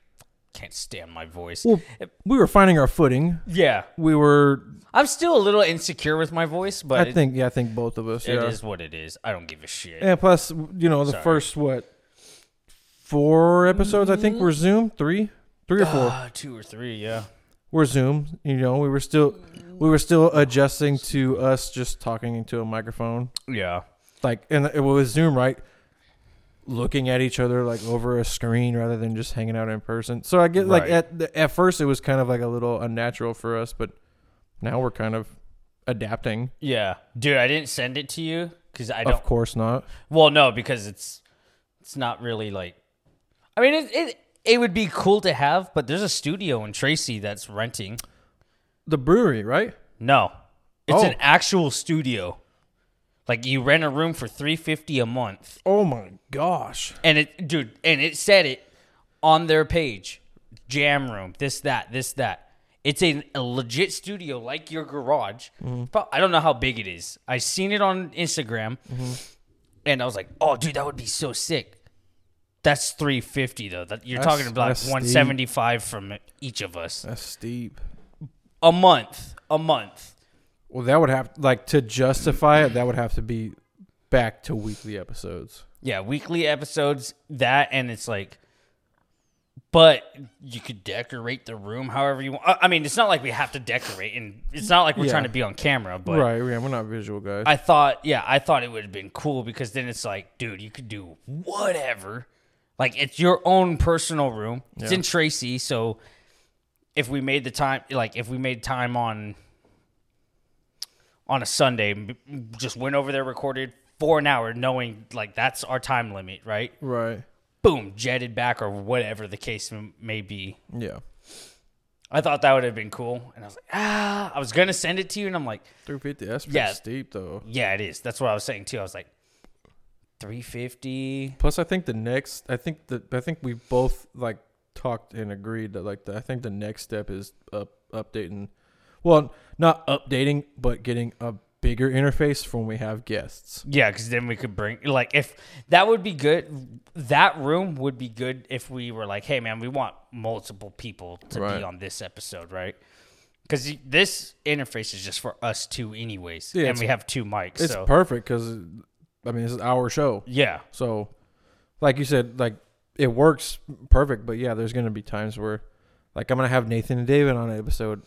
S2: can't stand my voice.
S1: well, we were finding our footing.
S2: yeah,
S1: We were
S2: I'm still a little insecure with my voice, but
S1: I
S2: it-
S1: think yeah, I think both of us.
S2: It
S1: yeah.
S2: is what it is. I don't give a shit.
S1: And plus, you know, the
S2: Sorry.
S1: first what four episodes I think were Zoom three, three or four
S2: Mm-hmm. Ah, two or three, yeah.
S1: were Zoom. You know, we were still we were still adjusting to us just talking into a microphone.
S2: Yeah.
S1: Like, and it was Zoom, right? Looking at each other like over a screen rather than just hanging out in person. So I get like
S2: Right.
S1: at the, at first it was kind of like a little unnatural for us, but now we're kind of adapting.
S2: Yeah. Dude, I didn't send it to you because I
S1: Of
S2: don't.
S1: course not.
S2: Well, no, because it's it's not really like. I mean, it, it, it would be cool to have, but there's a studio in Tracy that's renting.
S1: The brewery, right?
S2: No, it's an
S1: Oh.
S2: actual studio. Like you rent a room for three fifty a month,
S1: Oh my gosh.
S2: and it, dude, and it said it on their page, jam room, this, that, this, that. It's a, a legit studio like your garage. Pro- I don't know how big it is. I seen it on Instagram, and I was like, "Oh, dude, that would be so sick." That's three fifty though. That you're
S1: That's-
S2: talking about
S1: that's steep.
S2: one seventy five from each of us
S1: That's steep.
S2: a month, a month.
S1: Well, that would have like to justify it. That would have to be back to weekly episodes.
S2: Yeah, weekly episodes, that, and it's like, but you could decorate the room however you want. I I mean, it's not like we have to decorate, and it's not like we're
S1: Yeah.
S2: trying to be on camera, but
S1: right? Yeah, we're not visual guys.
S2: I thought, yeah, I thought it would have been cool because then it's like, dude, you could do whatever. Like, it's your own personal room. It's in Tracy, so if we made the time, like if we made time on on a Sunday, m- just went over there, recorded for an hour, knowing like that's our time limit, right?
S1: Right.
S2: Boom, jetted back or whatever the case m- may be.
S1: Yeah.
S2: I thought that would have been cool, and I was like, ah, I was gonna send it to you, and I'm like,
S1: Three fifty. That's pretty
S2: Yeah.
S1: steep though.
S2: yeah, it is. That's what I was saying too. I was like, three fifty.
S1: Plus, I think the next. I think that I think we both like talked and agreed that like the, I think the next step is up updating. Well, not updating, but getting a bigger interface for when we have guests.
S2: Yeah, because then we could bring like if that would be good. That room would be good if we were like, hey man, we want multiple people to
S1: Right.
S2: be on this episode, right? Because this interface is just for us two, anyways,
S1: Yeah,
S2: and
S1: it's-
S2: we have two mics.
S1: It's
S2: so
S1: perfect because I mean this is our show,
S2: yeah,
S1: so like you said, like it works perfect. But yeah, there's gonna be times where like I'm gonna have Nathan and David on an episode.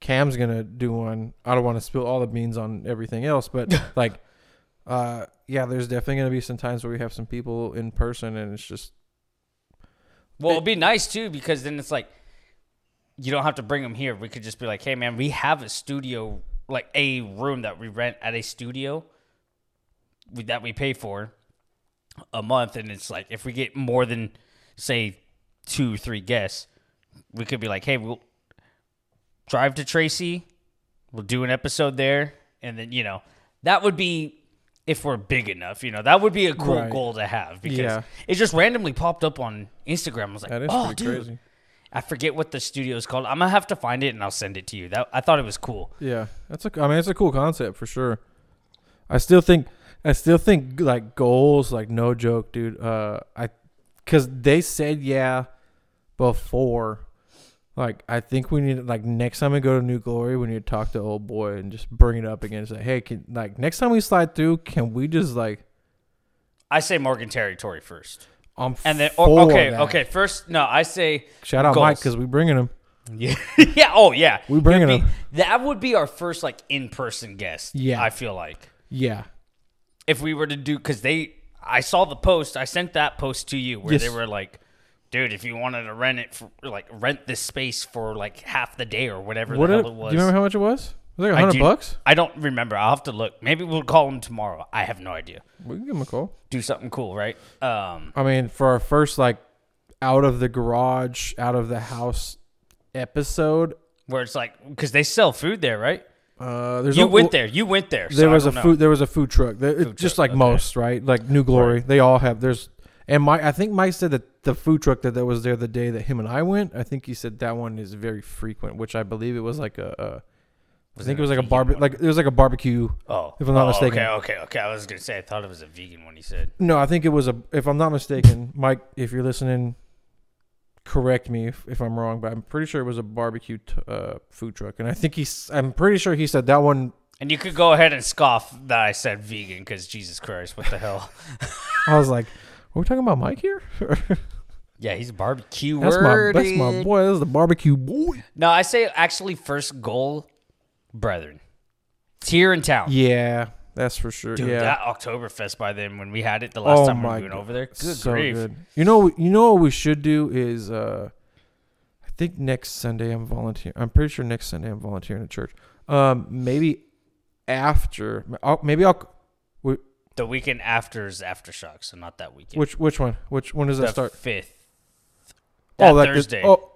S1: Cam's gonna do one. I don't want to spill all the beans on everything
S2: [laughs]
S1: else, but like, uh, yeah, there's definitely gonna be some times where we have some people in person, and it's just
S2: well, it'd be nice too because then it's like you don't have to bring them here. We could just be like, hey man, we have a studio, like a room that we rent at a studio we- that we pay for a month, and it's like if we get more than say two, three guests, we could be like, hey, we'll drive to Tracy, we'll do an episode there, and then you know that would be. If we're big enough, you know that would be a cool
S1: Right.
S2: goal to have because
S1: Yeah.
S2: it just randomly popped up on Instagram. I was like,
S1: that is
S2: "Oh,
S1: pretty
S2: dude,
S1: crazy.
S2: I forget what the studio is called. I'm gonna have to find it and I'll send it to you. That I thought it was cool.
S1: Yeah, that's a. I mean, it's a cool concept for sure. I still think, I still think like goals, like no joke, dude. Uh, I, cause they said yeah, before. Like I think we need like next time we go to New Glory, we need to talk to old boy and just bring it up again. It's like, hey, can like next time we slide through, can we just like
S2: I say Morgan Territory first,
S1: I'm
S2: and then
S1: for
S2: or, okay,
S1: that.
S2: okay. First, no, I say
S1: Shout out Mike
S2: goals.
S1: because we bringing him.
S2: yeah, [laughs] yeah. Oh yeah,
S1: We bringing
S2: It'd be-
S1: him.
S2: That would be our first like in person guest.
S1: Yeah.
S2: I feel like
S1: Yeah,
S2: if we were to do because they, I saw the post. I sent that post to you where
S1: Yes.
S2: they were like. Dude, if you wanted to rent it for like rent this space for like half the day or whatever
S1: what?
S2: the
S1: it-
S2: hell it was.
S1: do you remember how much it was? Was it like
S2: I
S1: hundred
S2: do-
S1: bucks?
S2: I don't remember. I'll have to look. Maybe we'll call him tomorrow. I have no idea.
S1: We can give him a call.
S2: Do something cool, right? Um,
S1: I mean, for our first like out of the garage, out of the house episode,
S2: where it's like because they sell food there, right?
S1: uh, there's
S2: You
S1: no-
S2: went there. You went there.
S1: There
S2: so I
S1: was a
S2: don't know.
S1: food. There was a food truck. There- it- just
S2: truck,
S1: like
S2: okay.
S1: most, right? Like New Glory, they all have. There's and Mike. I think Mike said that the food truck that, that was there the day that him and I went. I think he said that one is very frequent, which I believe it was like a. a I think it was like a barbecue. Like it was like a barbecue.
S2: Oh,
S1: if I'm not
S2: oh,
S1: mistaken.
S2: Okay, okay, okay. I was gonna say I thought it was a vegan one. He said.
S1: No, I think it was a. If I'm not mistaken, Mike, if you're listening, correct me if, if I'm wrong, but I'm pretty sure it was a barbecue t- uh, food truck, and I think he's. I'm pretty sure he said that one.
S2: And you could go ahead and scoff that I said vegan because Jesus Christ, what the
S1: [laughs]
S2: hell?
S1: I was like, "Are we talking about Mike here? [laughs]
S2: Yeah, he's a barbecue
S1: that's my that's my
S2: dude.
S1: boy. That's the barbecue boy."
S2: No, I say actually first goal, brethren. It's here in town.
S1: Yeah, that's for sure.
S2: Dude,
S1: yeah,
S2: that Oktoberfest by then when we had it the last
S1: Oh
S2: time we
S1: my
S2: were going
S1: God.
S2: over there. Good
S1: so
S2: grief.
S1: good. You know, you know what we should do is, uh, I think next Sunday I'm volunteer. I'm pretty sure next Sunday I'm volunteering at church. Um, maybe after, I'll, maybe I'll.
S2: The weekend after is aftershock, so not that weekend.
S1: Which which one? Which when does
S2: the
S1: that start?
S2: fifth. That
S1: like this-
S2: Thursday.
S1: oh,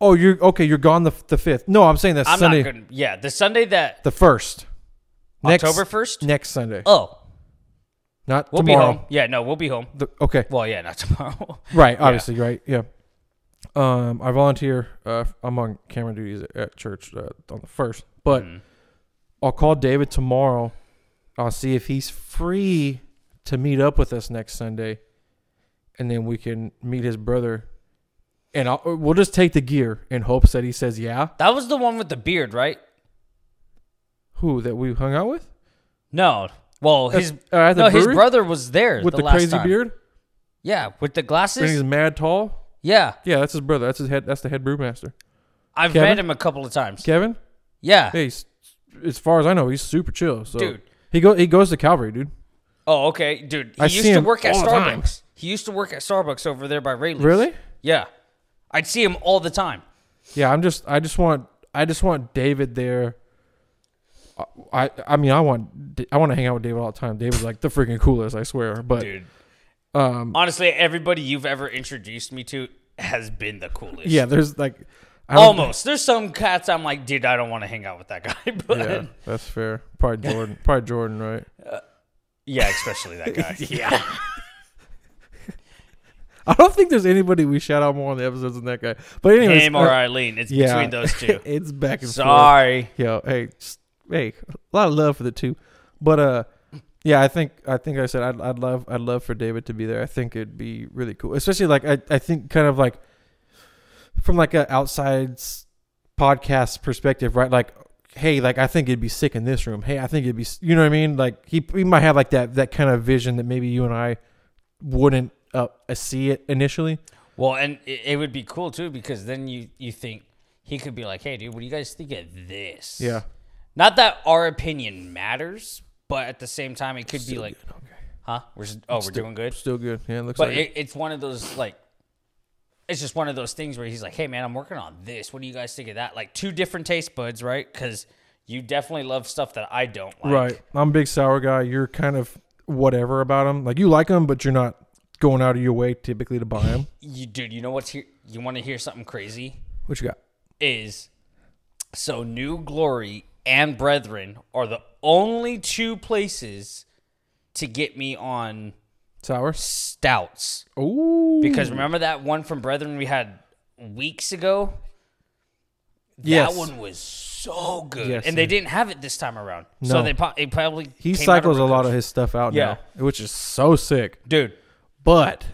S1: oh, you're okay. You're gone the the fifth. No, I'm saying that
S2: I'm
S1: Sunday,
S2: not gonna yeah, the Sunday that
S1: the first. Next,
S2: October first?
S1: Next Sunday,
S2: Oh.
S1: not
S2: We'll
S1: tomorrow.
S2: be home. Yeah, no, we'll be home.
S1: The- okay,
S2: Well, yeah, not [laughs] tomorrow.
S1: right. Obviously, right. Yeah. Um, I volunteer. Uh, I'm on camera duties at church uh, on the first, but
S2: Mm.
S1: I'll call David tomorrow. I'll see if he's free to meet up with us next Sunday, and then we can meet his brother. And I'll, we'll just take the gear in hopes that he says yeah.
S2: that was the one with the beard, right?
S1: Who that we hung out with?
S2: No. Well, his
S1: Uh, at the
S2: no, his
S1: brewery?
S2: brother was there
S1: with the,
S2: last
S1: crazy
S2: time.
S1: beard.
S2: Yeah, with the
S1: And he's
S2: glasses.
S1: mad tall.
S2: Yeah,
S1: Yeah, that's his brother. That's his head. That's the head brewmaster,
S2: I've
S1: Kevin?
S2: met him a couple of times.
S1: Kevin.
S2: Yeah.
S1: Hey, he's, as far as I know, he's super chill. So
S2: Dude.
S1: he go he goes to Calvary, dude.
S2: Oh, okay, dude. He
S1: I
S2: used
S1: see
S2: to
S1: him
S2: work at
S1: all the time.
S2: Starbucks. He used to work at Starbucks over there by Rayleigh's.
S1: Really?
S2: Yeah. I'd see him all the time.
S1: Yeah, I'm just I just want I just want David there. Uh, I I- I mean I want D- I want to hang out with David all the time. David's like the freaking coolest, I swear. But
S2: dude.
S1: um,
S2: Honestly, everybody you've ever introduced me to has been the coolest.
S1: yeah, there's like I don't-
S2: Almost. There's some cats I'm like, dude, I don't want to hang out with that guy. [laughs] But
S1: Yeah, that's fair.
S2: [laughs]
S1: Probably Jordan. probably Jordan, right?
S2: yeah, especially that
S1: [laughs]
S2: guy. yeah. [laughs]
S1: I don't think there's anybody we shout out more on the episodes than that guy. But anyways, uh,
S2: Him or Eileen. It's
S1: yeah.
S2: between those two.
S1: it's [laughs] back and forth.
S2: Sorry.
S1: Yo, hey, just, hey, a lot of love for the two, but uh, yeah, I think I think I said I'd, I'd love I'd love for David to be there. I think it'd be really cool, especially like I I think kind of like from like a outside s- podcast perspective, right? Like, hey, like I think it'd be sick in this room. Hey, I think it'd be s- you know what I mean? Like he he might have like that that kind of vision that maybe you and I wouldn't uh see it initially.
S2: Well, and it, it would be cool too because then you you think he could be like, hey, dude, what do you guys think of this?
S1: Yeah.
S2: Not that our opinion matters, but at the same time, it could be like, huh? We're s- oh, we're doing good.
S1: Still good. Yeah, it looks
S2: But
S1: like
S2: it, it's one of those like, it's just one of those things where he's like, "Hey man, I'm working on this. What do you guys think of that?" Like two different taste buds, right? Because you definitely love stuff that I don't like.
S1: Right. I'm a big sour guy. You're kind of whatever about them. Like you like them, but you're not going out of your way typically to buy them.
S2: You dude, you know what's here? You want to hear something crazy?
S1: What you got?
S2: Is so New Glory and Brethren are the only two places to get me on
S1: Sour?
S2: stouts.
S1: Ooh.
S2: Because remember that one from Brethren we had weeks ago?
S1: Yes.
S2: That one was so good.
S1: Yes,
S2: and they
S1: sir.
S2: didn't have it this time around.
S1: No.
S2: So they po- it probably
S1: he
S2: came out
S1: cycles a
S2: reverse.
S1: lot of his stuff out
S2: Yeah.
S1: now, which is so sick.
S2: Dude,
S1: But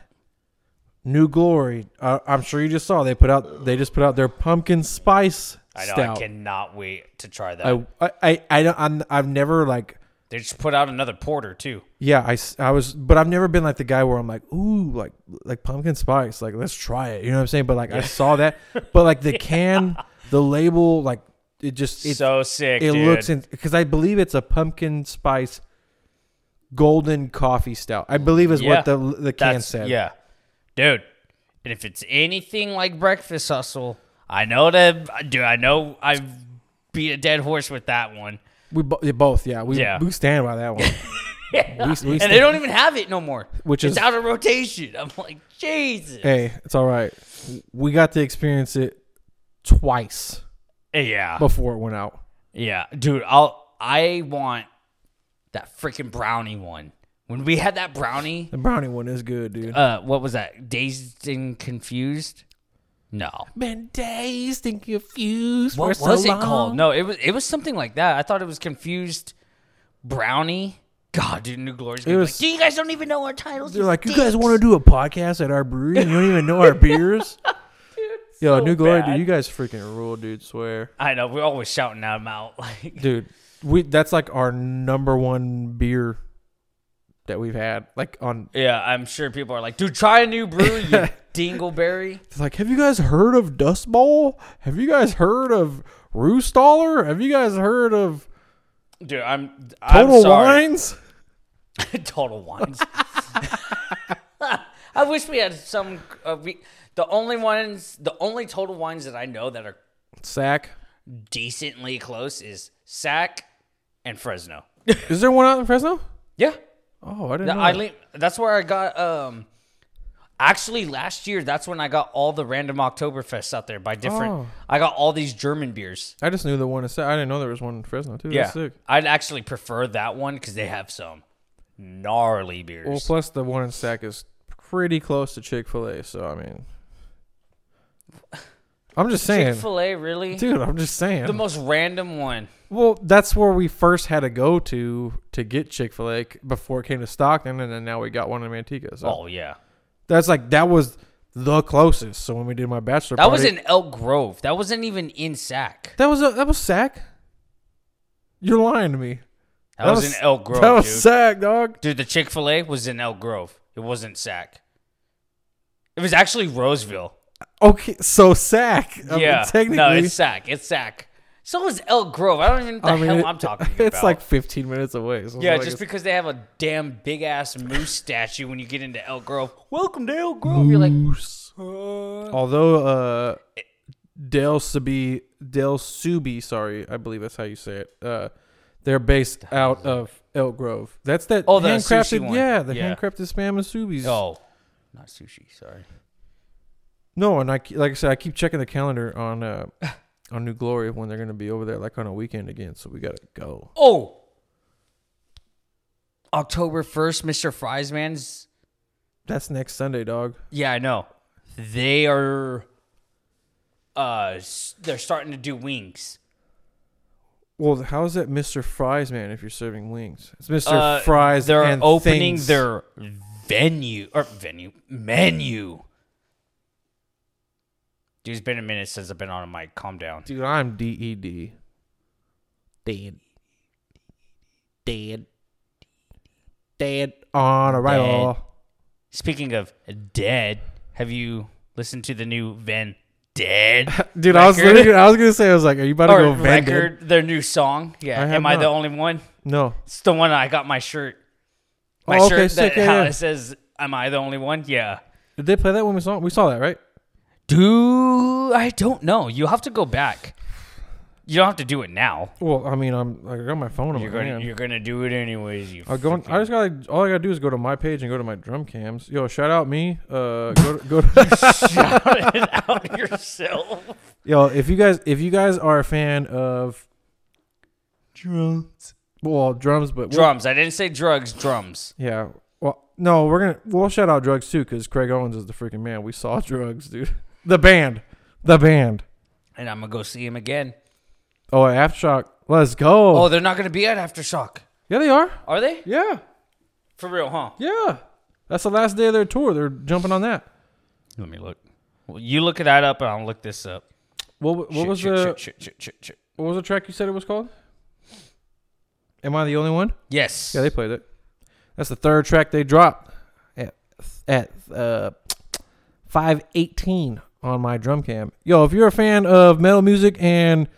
S1: New Glory, uh, I'm sure you just saw they put out they just put out their pumpkin spice
S2: I know
S1: stout.
S2: I cannot wait to try that.
S1: I I I, I don't I'm, I've never like
S2: they just put out another porter too.
S1: yeah, I, s- I was, but I've never been like the guy where I'm like, ooh, like like pumpkin spice, like let's try it. You know what I'm saying? But like I saw that, but
S2: [laughs]
S1: like the can, the label, like it just it
S2: so sick.
S1: it
S2: dude.
S1: looks in because I believe it's a pumpkin spice golden coffee stout. I believe is
S2: Yeah.
S1: what the the can
S2: That's-
S1: said.
S2: Yeah. Dude. And if it's anything like Breakfast Hustle, I know that dude, I know I've beat a dead horse with that one.
S1: we bo- yeah, both yeah we
S2: Yeah.
S1: we stand
S2: [laughs]
S1: by that one. we, we
S2: and they don't even have it no more.
S1: Which
S2: it's
S1: is-
S2: out of rotation. I'm like, Jesus.
S1: Hey, it's all right. We got to experience it twice Eh,
S2: Yeah,
S1: before it went out.
S2: yeah, dude. I'll. I want that freaking brownie one. When we had that brownie,
S1: The brownie one is good, dude.
S2: uh, what was that? Dazed and confused. No,
S1: been dazed and confused.
S2: what was it called? No, it was it was something like that. I thought it was confused brownie. God, dude, New Glory's gonna be
S1: was-
S2: like, "Dude, you guys don't even know our titles.
S1: They're like, you guys want to do a podcast at our brewery? and You don't even
S2: [laughs]
S1: know our beers. Yo, New Glory,
S2: bad.
S1: dude, you guys freaking rule, dude. Swear,
S2: I know we're always shouting them out. Like, [laughs]
S1: dude, we that's like our number one beer that we've had. Like on,
S2: yeah, I'm sure people are like, "Dude, try a new brew,
S1: [laughs]
S2: you dingleberry."
S1: it's like, have you guys heard of Dust Bowl? Have you guys heard of Roostaller? Have you guys heard of
S2: Dude, I'm
S1: Total
S2: I'm sorry.
S1: Wines?
S2: [laughs] Total wines. I wish we had some. Uh, we, the only ones, the only total wines that I know that are
S1: Sack.
S2: decently close is Sac and Fresno.
S1: Is there one out in Fresno?
S2: Yeah,
S1: Oh, I didn't
S2: the
S1: know. that.
S2: Eileen. That's where I got. Um, actually, last year that's when I got all the random Oktoberfests out there by different.
S1: Oh.
S2: I got all these German beers.
S1: I just knew the one in Sac. I didn't know there was one in Fresno too.
S2: Yeah,
S1: That's sick.
S2: I'd actually prefer that one because they have some gnarly beers.
S1: Well, plus the one in Sac is pretty close to Chick Fil A, so I mean, I'm just saying,
S2: Chick Fil A, really?
S1: dude. I'm just saying.
S2: The most random one.
S1: well, that's where we first had to go to to get Chick Fil A before it came to Stockton, and then now we got one in Manteca. So
S2: Oh yeah,
S1: that's like that was the closest. So when we did my bachelor,
S2: that was
S1: party-
S2: in Elk Grove. That wasn't even in Sac.
S1: that was a, that was Sac. You're lying to me.
S2: That, was, in Elk Grove,
S1: That was
S2: dude.
S1: Sac, dog.
S2: dude, the Chick Fil A was in Elk Grove. It wasn't Sac. It was actually Roseville.
S1: Okay, so Sac. I mean,
S2: yeah,
S1: technically,
S2: no, it's Sac. It's Sac. So is Elk Grove. I don't even know what the
S1: I mean,
S2: hell
S1: it-
S2: I'm talking about.
S1: [laughs] It's like 15 minutes away. So it's
S2: yeah,
S1: like
S2: just
S1: it's-
S2: because they have a damn big ass moose statue when you get into Elk Grove. Welcome to Elk Grove. You're like,
S1: Although uh, Del Subi Del Subi, sorry, I believe that's how you say it. Uh, they're based out of Elk Grove. That's that
S2: Oh, the
S1: handcrafted,
S2: sushi one.
S1: yeah, the
S2: Yeah.
S1: handcrafted spam and subis.
S2: Oh, not sushi. Sorry.
S1: No, and I ke- like I said, I keep checking the calendar on uh on New Glory when they're gonna be over there, like on a weekend again. So we gotta go.
S2: Oh, October first, Mister Friesman's.
S1: That's next Sunday, dog.
S2: Yeah, I know. They are. Uh, s- they're starting to do wings.
S1: Well, how is that Mr. Fries man if you're serving wings? It's Mr.
S2: Uh,
S1: Fries.
S2: They're
S1: and
S2: opening
S1: things.
S2: their venue or venue menu. Dude, it's been a minute since I've been on a mic. Calm down.
S1: dude. I'm D E D. Dead. Dead. Dead on a roll.
S2: Speaking of dead, have you listened to the new Van Dead?
S1: [laughs] Dude, I was
S2: Record.
S1: literally, I was gonna say I was like, are you about to
S2: or
S1: go Van Dead?
S2: record their new song? Yeah.
S1: I have
S2: Am I the
S1: not.
S2: only one?
S1: No.
S2: It's the one I got my shirt. My
S1: Oh,
S2: shirt
S1: okay,
S2: that
S1: sick, yeah,
S2: how
S1: yeah.
S2: it says "Am I the only one?" Yeah.
S1: Did they play that when we saw we saw that right?
S2: Dude, I don't know. You have to go back. You don't have to do it now.
S1: Well, I mean, I'm like I got my phone. on
S2: You're
S1: my
S2: gonna
S1: hand.
S2: you're gonna do it anyways. You
S1: I go. on- I just gotta. All I gotta do is go to my page and go to my drum cams. Yo, shout out me. Uh, go to,
S2: [laughs]
S1: go to.
S2: shout it out yourself.
S1: Yo, if you guys if you guys are a fan of
S2: Drums.
S1: well drums, but
S2: Drums. I didn't say drugs. Drums.
S1: yeah. Well, no, we're gonna we'll shout out drugs too because Craig Owens is the freaking man. We saw [laughs] drugs, dude. The band, the band.
S2: And I'm gonna go see him again.
S1: Oh, aftershock. Let's go.
S2: Oh, they're not gonna be at aftershock,
S1: yeah, they are.
S2: are they?
S1: Yeah,
S2: For real, huh?
S1: yeah. That's the last day of their tour. They're jumping on that.
S2: Let me look. Well, you look that up, and I'll look this up.
S1: What what
S2: Shit,
S1: was
S2: shit,
S1: the
S2: shit, shit, shit, shit, shit.
S1: what was the track you said it was called? Am I the only one?
S2: Yes.
S1: Yeah, they played it. That's the third track they dropped at at uh, five eighteen on my drum cam. Yo, if you're a fan of metal music and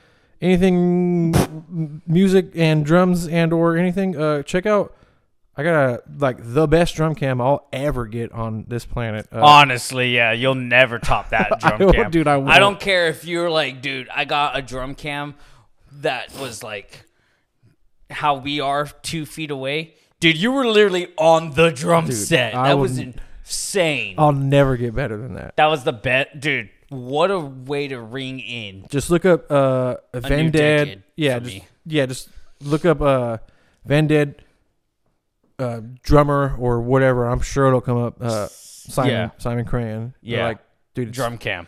S1: anything m- music and drums and or anything, uh, check out. I got a like the best drum cam I'll ever get on this planet. Uh,
S2: Honestly, yeah, you'll never top
S1: [laughs]
S2: that drum
S1: will,
S2: cam,
S1: dude, I will.
S2: don't care if you're like, dude, I got a drum cam that was like how we are two feet away, dude. You were literally on the drum set.
S1: I
S2: that
S1: will
S2: was
S1: n-
S2: insane.
S1: I'll never get better than that.
S2: that was the bet, dude. What a way to ring in.
S1: Just look up uh Van
S2: decade
S1: Dead. Yeah,
S2: for
S1: just,
S2: me.
S1: yeah, just look up uh Van Dead uh drummer or whatever. I'm sure it'll come up uh Simon
S2: Yeah.
S1: Simon Crayon. They're
S2: Yeah.
S1: Like dude it's-
S2: Drum cam.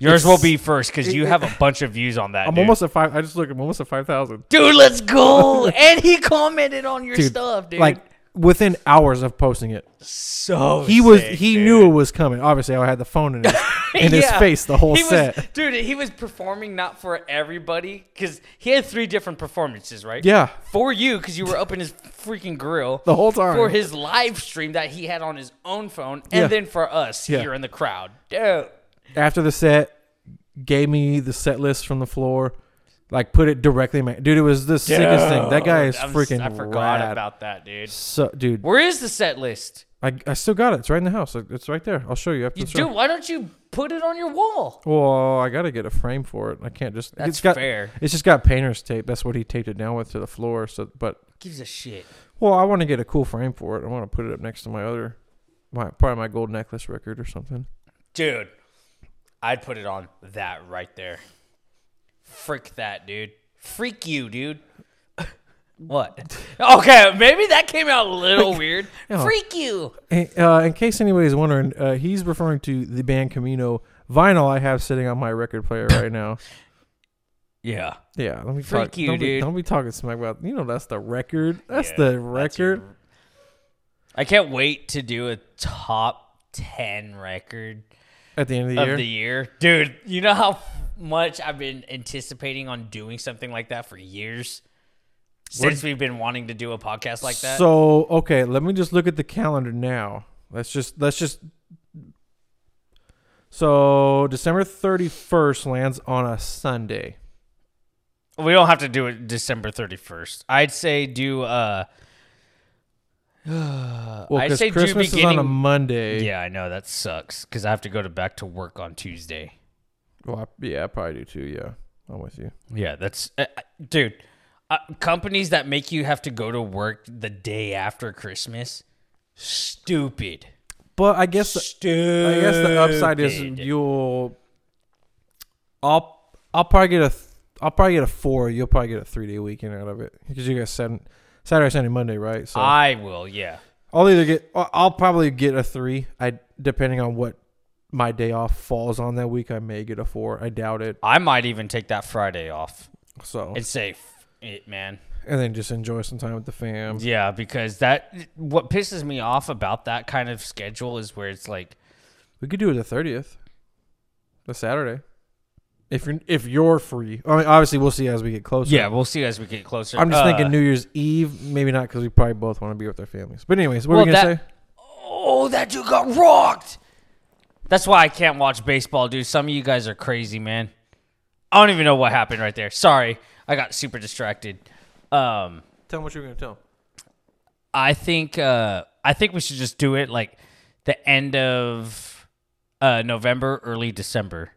S2: Yours will be first because you have a bunch of views on that.
S1: I'm
S2: dude.
S1: almost at five I just look I'm almost at five thousand.
S2: dude, let's go. [laughs] and he commented on your stuff, dude.
S1: Like within hours of posting it.
S2: so
S1: He was
S2: sick,
S1: he
S2: dude.
S1: knew it was coming. Obviously I had the
S2: [laughs]
S1: phone in his, in his
S2: Yeah.
S1: face the whole
S2: he
S1: set.
S2: Was, dude, he was performing not for everybody because he had three different performances, right?
S1: yeah.
S2: For you because you were up in his freaking grill
S1: The whole time.
S2: For his live stream that he had on his own phone, and
S1: Yeah.
S2: then for us
S1: Yeah.
S2: here in the crowd, dude.
S1: after the set, gave me the set list from the floor, like put it directly in my dude. It was the sickest thing. That guy is
S2: I'm s-
S1: freaking.
S2: I forgot
S1: rad.
S2: about that, dude.
S1: So, dude,
S2: Where is the set list,
S1: I, I still got it. It's right in the house. Like, It's right there. I'll show you after the
S2: dude?
S1: show.
S2: Why don't you put it on your wall?
S1: Well, I gotta get a frame for it. I can't just.
S2: That's
S1: it's got,
S2: fair.
S1: It's just got painter's tape. That's what he taped it down with to the floor. So, but
S2: Gives a shit.
S1: well, I want to get a cool frame for it. I want to put it up next to my other, my probably my gold necklace record or something.
S2: Dude, I'd put it on that right there. Freak that, dude. Freak you, dude. [laughs] what? Okay, maybe that came out a little [laughs] weird. Freak you.
S1: Hey, uh, in case anybody's wondering, uh, he's referring to the band Camino vinyl I have sitting on my record
S2: [coughs]
S1: player right now.
S2: Yeah.
S1: Yeah, let me
S2: Freak
S1: talk,
S2: you,
S1: don't Be,
S2: dude.
S1: don't be talking smack about. You know that's the record. That's
S2: Yeah,
S1: the record.
S2: I can't wait to do a top 10 record
S1: At the end of the
S2: of
S1: year.
S2: the year. Dude, you know how much I've been anticipating on doing something like that for years? Since we've been wanting to do a podcast like that.
S1: So okay, let me just look at the calendar now. Let's just let's just. So December thirty first lands on a Sunday.
S2: We don't have to do it December 31st. I'd say do uh [sighs]
S1: Well,
S2: I'd
S1: because
S2: say do
S1: Christmas is on a
S2: beginning-
S1: Monday.
S2: yeah, I know that sucks cuz I have to go to back to work on Tuesday.
S1: Well, I, yeah, I probably do too. Yeah, I'm with you.
S2: Yeah, that's uh, uh, dude. Uh, companies that make you have to go to work the day after Christmas, stupid.
S1: But I guess
S2: stupid.
S1: I guess the upside is you'll. I'll I'll probably get a th- I'll probably get a four. You'll probably get a three day weekend out of it because you got seven Saturday, Sunday, Monday, right? So
S2: I will. Yeah.
S1: I'll either get I- I'll probably get a three. I depending on what my day off falls on that week, I may get a four. I doubt it.
S2: I might even take that Friday off
S1: So
S2: and say, "F- it, man.
S1: and then just enjoy some time with the fam.
S2: Yeah, because that what pisses me off about that kind of schedule is where it's like,
S1: We could do it the thirtieth, the Saturday. If you're if you're free, I mean, obviously we'll see as we get closer.
S2: yeah, we'll see as we get closer.
S1: I'm just
S2: Uh,
S1: thinking New Year's Eve, maybe not because we probably both want to be with our families. But anyways, what are we
S2: Well,
S1: gonna
S2: that- Oh, that dude got rocked. That's why I can't watch baseball, dude. Some of you guys are crazy, man. I don't even know what happened right there. Sorry, I got super distracted. Um,
S1: say? Tell them what you're gonna tell.
S2: I think uh, I think we should just do it like the end of uh, November, early December.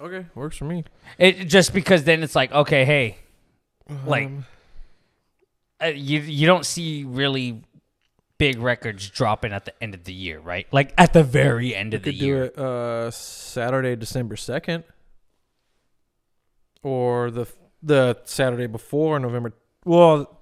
S1: Okay, works for me.
S2: It just because then it's like okay, hey,
S1: Uh-huh.
S2: like uh, you you don't see really big records dropping at the end of the year, right? Like at the very end of the
S1: Could
S2: year.
S1: do it uh, Saturday, December second, or the the Saturday before November. Well,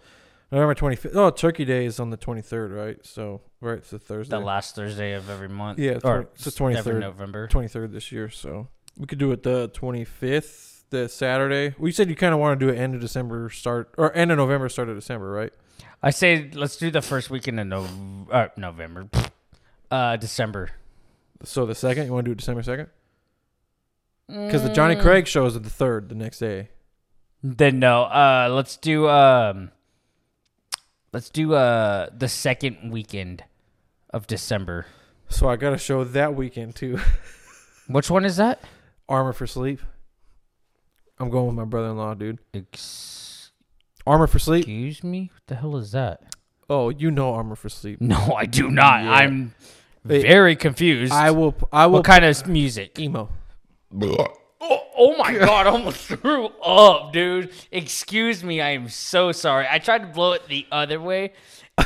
S1: November twenty fifth. Oh, Turkey Day is on the twenty third, right? So right, it's a Thursday.
S2: the last Thursday of every month.
S1: Yeah, it's
S2: or
S1: twen- it's the
S2: every
S1: 23rd.
S2: November.
S1: twenty third this year, so we could do it the twenty fifth, the Saturday. We said you kind of want to do it end of December, start or end of November, start of December, right?
S2: I say let's do the first weekend of Nov uh, November, uh, December.
S1: So the second, you want to do it December second, because the
S2: Mm.
S1: Johnny Craig show is the third, the next day.
S2: Then no, uh, let's do um, let's do uh the second weekend of December.
S1: So I got a show that weekend too. [laughs]
S2: Which one is that?
S1: Armor for Sleep. I'm going with my brother in law, dude.
S2: Excuse
S1: Armor for Sleep.
S2: me. What the hell is that?
S1: Oh, you know Armor for Sleep.
S2: [laughs] No, I do not.
S1: Yeah.
S2: I'm
S1: It-
S2: very confused.
S1: I will. I will.
S2: what kind of music?
S1: emo.
S2: Oh, oh
S1: [laughs]
S2: my god, I almost threw up, dude. Excuse me, I am so sorry. I tried to blow it the other way,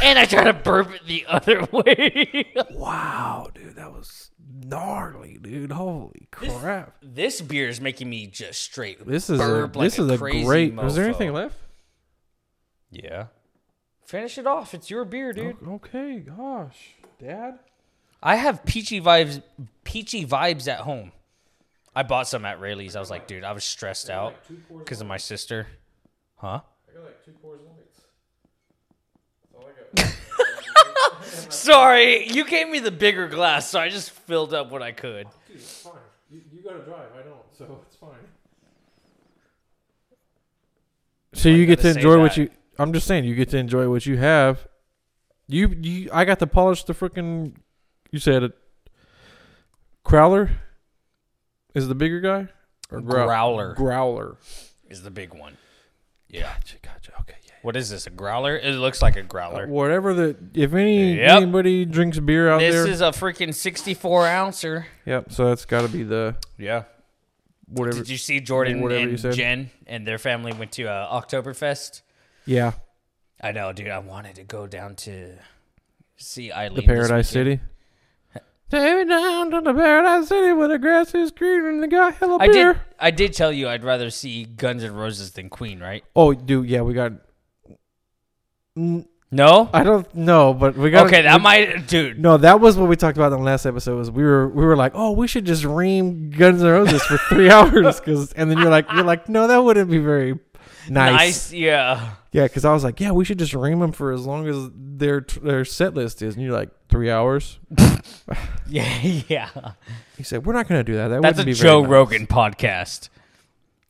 S2: and I tried to burp it the other [laughs] way.
S1: Wow, dude, that was gnarly, dude. Holy crap!
S2: this beer is making me just straight.
S1: This is a,
S2: burp like
S1: this is a
S2: crazy
S1: great. Is there
S2: mofo.
S1: anything left?
S2: Yeah. Finish it off. It's your beer, dude.
S1: Okay, gosh, Dad.
S2: I have peachy vibes. Peachy vibes at home. I bought some at Rayleigh's. I was like, dude, I was stressed out because of my sister. Huh?
S1: I got like two Coors Lights.
S2: Sorry, you gave me the bigger glass, so I just filled up what I could.
S1: Dude, it's fine. You, you gotta drive. I don't, so it's fine. So you get to
S2: gotta say
S1: enjoy what
S2: that.
S1: you. I'm just saying, you get to enjoy what you have. You, you, I got to polish the freaking. You said it. Crowler is the bigger guy, or growl-
S2: Growler.
S1: Growler.
S2: is the big one. Yeah.
S1: Gotcha, gotcha. Okay, yeah.
S2: What is this? A growler? It looks like a growler.
S1: Whatever the. If any
S2: Yep.
S1: anybody drinks beer out
S2: this
S1: there,
S2: is a freaking 64 ouncer.
S1: yep. So that's got to be the
S2: Yeah.
S1: whatever.
S2: Did you see Jordan
S1: Whatever you
S2: and
S1: said.
S2: Jen and their family went to uh, Oktoberfest?
S1: yeah,
S2: I know, dude. I wanted to go down to see Eileen.
S1: the
S2: this
S1: Paradise
S2: weekend.
S1: [laughs] City. Take me down to the Paradise City where the grass is green and they got hella
S2: I
S1: beer.
S2: did. I did tell you I'd rather see Guns N' Roses than Queen, right?
S1: Oh, dude, yeah, we got. Mm,
S2: No.
S1: I don't know, but we got.
S2: Okay, that might, dude.
S1: No, that was what we talked about in the last episode. Was we were we were like, oh, we should just ream Guns N' Roses for [laughs] three hours, cause, and then you're like, you're like, no, that wouldn't be very
S2: Nice.
S1: nice.
S2: yeah. [laughs]
S1: Yeah, because I was like, yeah, we should just ream them for as long as their their set list is, and you're like, three hours.
S2: Yeah, yeah.
S1: He said, we're not gonna do that. That
S2: That's
S1: wouldn't
S2: a
S1: be
S2: Joe
S1: very nice."
S2: Rogan podcast.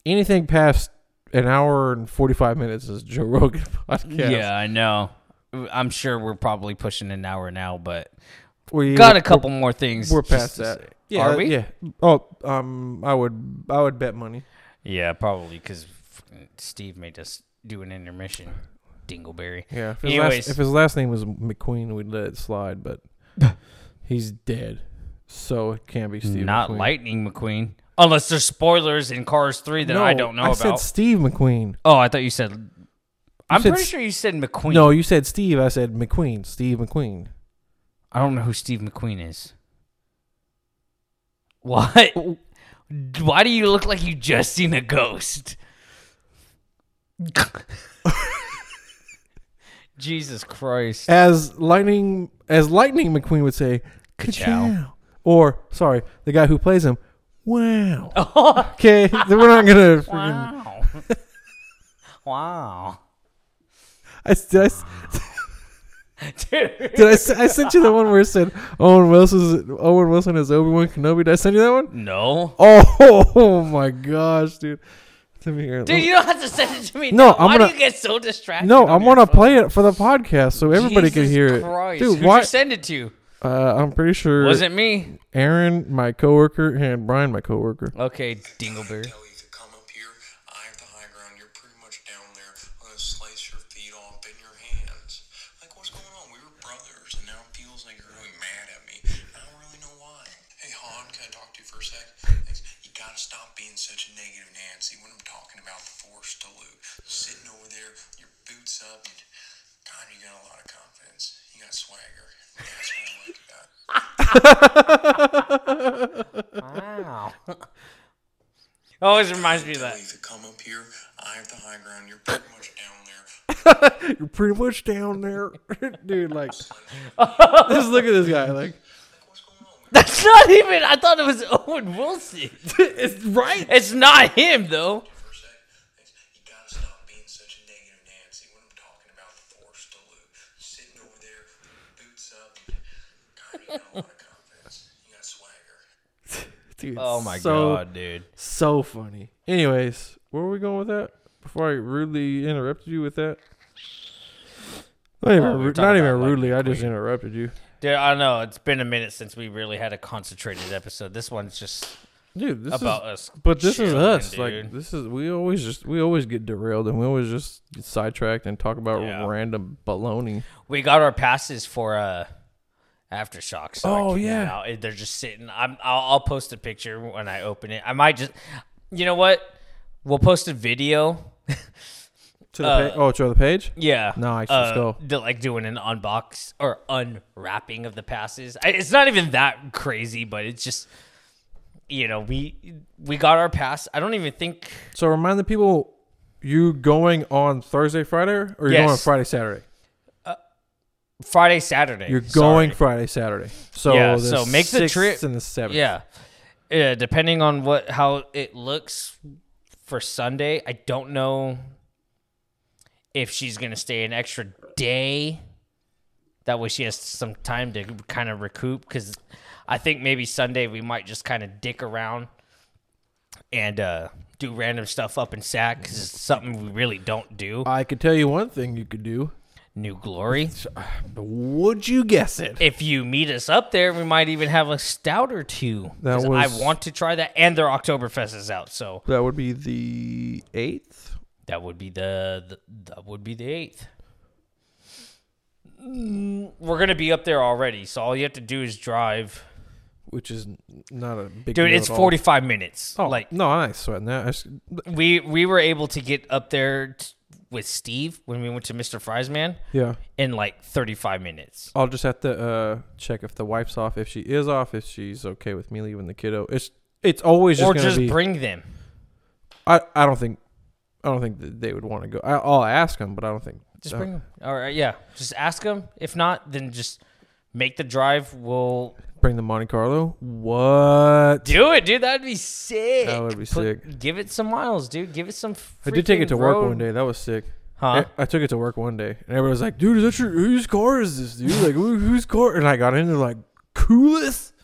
S1: anything past an hour and 45 minutes is Joe Rogan [laughs] podcast.
S2: Yeah, I know. I'm sure we're probably pushing an hour now, but
S1: We
S2: got a couple more things.
S1: We're, we're
S2: just
S1: past
S2: to
S1: that.
S2: say.
S1: Yeah,
S2: Are we?
S1: Yeah. Oh, um, I would, I would bet money.
S2: Yeah, probably because Steve made us do an intermission. Dingleberry.
S1: Yeah. If his,
S2: Anyways.
S1: last, if his last name was McQueen, we'd let
S2: [laughs]
S1: it slide, but he's dead. So it can't be Steve.
S2: Not
S1: McQueen.
S2: Lightning McQueen. Unless there's spoilers in Cars 3 that I don't know
S1: I
S2: about.
S1: said Steve McQueen.
S2: oh, I thought you said. I'm
S1: said
S2: pretty
S1: s-
S2: sure you said McQueen.
S1: No, you said Steve. I said McQueen. Steve McQueen.
S2: I don't know who Steve McQueen is. What? Why do you look like you just seen a
S1: [laughs]
S2: ghost? Jesus Christ. [laughs]
S1: As lightning, as lightning McQueen would say, "Kachow," or sorry, the guy who plays him.
S2: [laughs]
S1: Wow. Okay, then we're not gonna. freaking-
S2: wow. wow.
S1: I, did I, s-
S2: Dude.
S1: did I s- I sent you the one where it said Owen Wilson. Owen Wilson is Obi Wan Kenobi. Did I send you that one? [laughs]
S2: No.
S1: Oh, oh my gosh, dude. Let me hear.
S2: Dude, you don't have to send it to me.
S1: No,
S2: Why
S1: I'm
S2: do
S1: gonna-
S2: you get so distracted?
S1: no,
S2: on
S1: I
S2: your
S1: want to
S2: phone?
S1: play it for the podcast so everybody can
S2: Jesus
S1: hear it.
S2: Christ.
S1: Dude,
S2: Who'd
S1: why?
S2: you send it to?
S1: Uh, I'm pretty sure
S2: Was it me?
S1: Aaron, my coworker, and Brian, my coworker.
S2: Okay,
S1: [laughs]
S2: Dingleberry.
S4: tell you to come up here. I have the high ground. You're pretty much down there. I'm gonna slice your feet off in your hands. Like, what's going on? We were brothers, and now it feels like you're really mad at me. I don't really know why. Hey, Han, can I talk to you for a sec? Thanks. You gotta stop being such a negative Nancy when I'm talking about the Force Dilute. Sitting over there, your boots up, and God, you got a lot of confidence. You got swagger. That's what I like about it.
S2: Wow. Always reminds me of
S4: Tell
S2: that.
S4: you to come up here. I have the high ground. You're pretty much down there.
S1: You're pretty much down there, [laughs] dude. Like,
S2: [laughs]
S1: just look at this guy. Like,
S2: That's not even. I thought it was [laughs] Owen Wilson.
S1: it's right.
S2: [laughs] It's not him though.
S4: for a sec. It's- You gotta stop being such a negative Nancy when I'm talking about the force to loot. Sitting over there, boots up. God, you got a lot of confidence. You got swagger.
S1: Dude,
S2: Oh my
S1: so,
S2: god, dude.
S1: so funny. Anyways, where were we going with that? Before I rudely interrupted you with that. Not even,
S2: Oh, we were
S1: ru-
S2: talking about
S1: not even
S2: Lightning
S1: rudely. I just interrupted you,
S2: Dude, I know it's been a minute since we really had a concentrated episode. This one's just
S1: dude. This
S2: about
S1: is,
S2: us.
S1: but this is
S2: chilling,
S1: us. Like,
S2: dude.
S1: this is we always just we always get derailed and we always just get sidetracked and talk about
S2: Yeah.
S1: random baloney.
S2: we got our passes for uh aftershocks. So I
S1: Oh,
S2: can-
S1: yeah.
S2: I'll- they're just sitting. I'm. I'll, I'll post a picture when I open it. I might just. You know what? We'll post a video.
S1: To the pa- oh, to the page.
S2: Yeah.
S1: Nice,
S2: Uh,
S1: let's go.
S2: they're, like doing an unbox or unwrapping of the passes. I, it's not even that crazy, but it's just you know we we got our pass. I don't even think
S1: So remind the people you going on Thursday, Friday, or you're going on
S2: Yes.
S1: Friday, Saturday.
S2: Friday, Saturday.
S1: You're
S2: Sorry.
S1: going Friday, Saturday. So
S2: Yeah,
S1: the
S2: so make the
S1: 6th
S2: trip.
S1: and the seventh.
S2: Yeah. Yeah, depending on what how it looks for Sunday, I don't know if she's going to stay an extra day. That way she has some time to kind of recoup cuz I think maybe Sunday we might just kind of dick around and uh do random stuff up in Sac cuz it's something we really don't do.
S1: I could tell you one thing you could do.
S2: New Glory.
S1: uh, Would you guess it?
S2: if you meet us up there, we might even have a stout or two.
S1: That
S2: 'Cause
S1: was-
S2: I want to try that, and their Oktoberfest is out, so
S1: That would be the eighth.
S2: that would be the, the that would be the eighth. Mm, We're gonna be up there already, so all you have to do is drive,
S1: Which is n- not a big
S2: dude.
S1: deal
S2: It's
S1: at all.
S2: forty five minutes.
S1: Oh,
S2: like
S1: no, I ain't sweating that. I just-
S2: we we were able to get up there t- with Steve when we went to Mister Fry's Man
S1: yeah,
S2: in like thirty five minutes.
S1: I'll just have to uh, check if the wife's off, if she is off, if she's okay with me leaving the kiddo. It's it's always just
S2: or
S1: gonna
S2: just
S1: be.
S2: bring them.
S1: I I don't think I don't think that they would want to go. I, I'll ask them, but I don't think
S2: Just
S1: uh,
S2: bring them. All right, yeah. Just ask them. If not, then just make the drive. We'll
S1: Bring the Monte Carlo. What?
S2: do it, dude. That'd be sick.
S1: That would be sick.
S2: Give it some miles, dude. Give it some.
S1: I did take it
S2: freaking
S1: to work
S2: road-
S1: one day. That was sick.
S2: Huh?
S1: I, I took it to work one day, and everybody was like, "Dude, is that your whose car is this, dude? Like, who, whose car?" And I got in, they're like, "Coolest,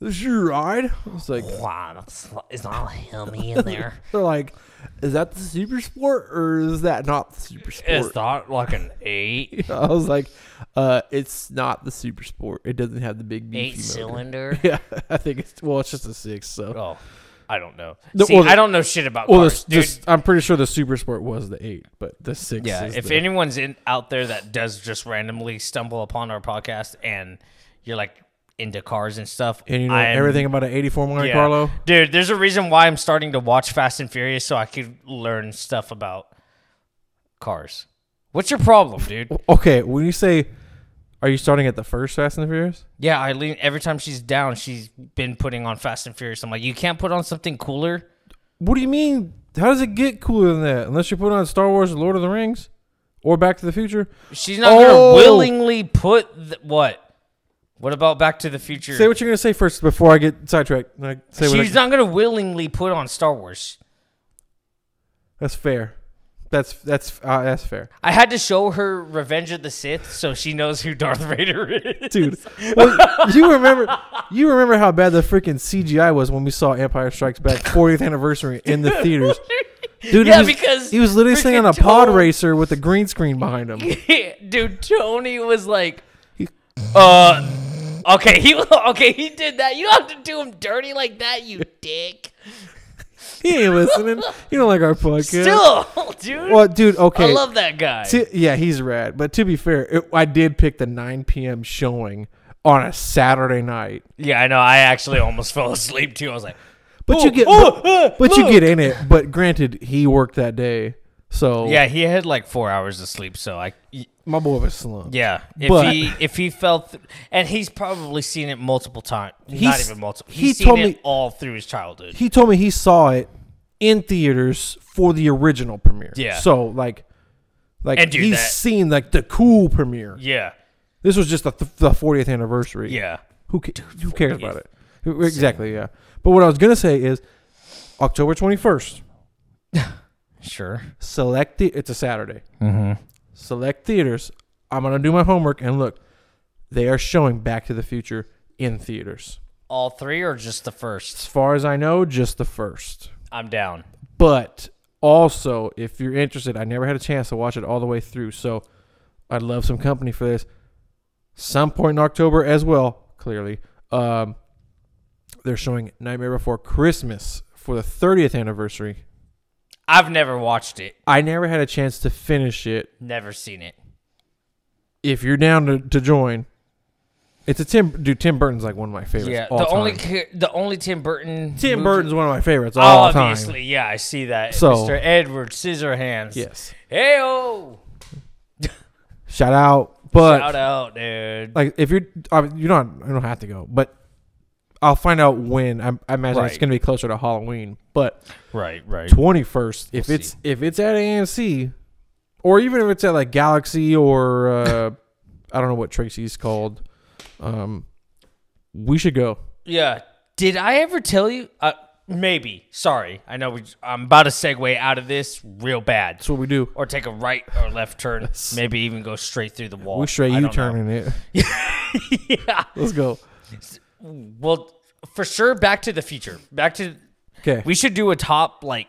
S1: this your ride?" I
S2: [laughs]
S1: was like,
S2: Wow, that's, it's all hummy in there. [laughs]
S1: "They're like, is that the Super Sport or is that not the Super
S2: It's
S1: Sport?"
S2: not like an
S1: [laughs]
S2: eight,
S1: I was like, "Uh, it's not the Super Sport. It doesn't have the big beefy
S2: eight
S1: motor."
S2: cylinder.
S1: [laughs] Yeah, I think it's well, it's just a six. So,
S2: Oh, I don't know.
S1: The-
S2: See,
S1: well, the-
S2: I don't know shit about
S1: well,
S2: cars,
S1: the,
S2: dude.
S1: the, I'm pretty sure the Super Sport was the eight, but the six.
S2: yeah,
S1: is
S2: if
S1: the,
S2: anyone's in out there that does just randomly stumble upon our podcast and you're like, into cars and stuff.
S1: And you know
S2: I am-
S1: everything about an 84 Monte
S2: yeah.
S1: Carlo?
S2: Dude, there's a reason why I'm starting to watch Fast and Furious so I could learn stuff about cars. What's your problem, dude?
S1: Okay, when you say, are you starting at the first Fast and the Furious?
S2: Yeah, Eileen, every time she's down, she's been putting on Fast and Furious. I'm like, you can't put on something cooler?
S1: What do you mean? How does it get cooler than that? Unless you put on Star Wars, Lord of the Rings, or Back to the Future.
S2: She's not
S1: Oh.
S2: going to willingly put th- what? What about Back to the Future?
S1: Say what you're gonna say first before I get sidetracked. Like, say what I-
S2: she's not going to willingly put on Star Wars.
S1: that's fair. That's that's uh, that's
S2: [laughs]
S1: fair,
S2: I had to show her Revenge of the Sith so she knows who Darth [laughs] Vader is.
S1: dude. well, you remember you remember how bad the freaking CGI was when we saw Empire Strikes Back 40th anniversary in the theaters,
S2: [laughs]
S1: dude.
S2: Yeah,
S1: he was,
S2: because
S1: he was literally sitting on a
S2: freaking
S1: pod
S2: Tone-
S1: racer with a green screen
S2: [laughs]
S1: behind him.
S2: dude tony was like uh okay he [laughs] okay he did that you don't have to do him dirty like that
S1: [laughs]
S2: you dick
S1: He ain't listening. You don't like our podcast.
S2: still [laughs] dude
S1: well, dude. Okay,
S2: i love that guy
S1: To- yeah, he's rad. But to be fair, it, I did pick the 9 p.m. showing on a Saturday night.
S2: yeah i know i actually almost [laughs] fell asleep too i was like
S1: But you get,
S2: oh,
S1: but,
S2: uh,
S1: but you get in it. But granted, he worked that day, so
S2: yeah he had like four hours of sleep so i
S1: my boy was slumped.
S2: yeah if
S1: But-
S2: he if he fell th- and he's probably seen it multiple times not
S1: He's-
S2: even multiple
S1: he
S2: he's seen
S1: told
S2: it
S1: me-
S2: all through his childhood
S1: He told me he saw it in theaters for the original premiere.
S2: Yeah.
S1: So like, like
S2: And dude,
S1: he's
S2: that-
S1: seen like the cool premiere.
S2: yeah
S1: This was just the, th- the 40th anniversary.
S2: yeah
S1: Who ca- who cares about it? Who- Exactly. Yeah. But what I was gonna say is October 21st.
S2: sure
S1: select the it's a saturday
S2: Mm-hmm.
S1: select theaters i'm gonna do my homework and look they are showing back to the future in theaters
S2: all three or just the first
S1: as far as i know just the first
S2: i'm down
S1: but also if you're interested i never had a chance to watch it all the way through so i'd love some company for this some point in october as well clearly um, they're showing nightmare before christmas for the 30th anniversary
S2: I've never watched it.
S1: i never had a chance to finish it
S2: Never seen it.
S1: if you're down to, to join, it's a Tim. Dude, Tim Burton's like one of my favorites.
S2: yeah,
S1: all
S2: the only
S1: time.
S2: ca- the only Tim Burton.
S1: Tim
S2: movie-
S1: Burton's one of my favorites all
S2: Obviously, yeah, I see that.
S1: So-
S2: Mr. Edward Scissorhands.
S1: time. Yes,
S2: Heyo!
S1: shout out. But
S2: Shout out, dude.
S1: like, if you're, I mean, you don't, I don't have to go, but I'll find out when. I, I imagine it's
S2: Right.
S1: going to be closer to Halloween, but
S2: Right, right.
S1: twenty first. If
S2: We'll
S1: it's if it's at AMC, or even if it's at like Galaxy or uh, [laughs] I don't know what Tracy's called, um, we should go.
S2: Yeah. Did I ever tell you? Uh, maybe. Sorry. I know we, I'm about to segue out of this real bad.
S1: That's what we do.
S2: Or take a right or left
S1: [laughs]
S2: turn. Maybe even go straight through the wall.
S1: We straight
S2: I
S1: U
S2: don't know.
S1: turning [laughs] it.
S2: yeah.
S1: [laughs] Let's go.
S2: Well, for sure, Back to the Future. Back to
S1: Okay.
S2: We should do a top like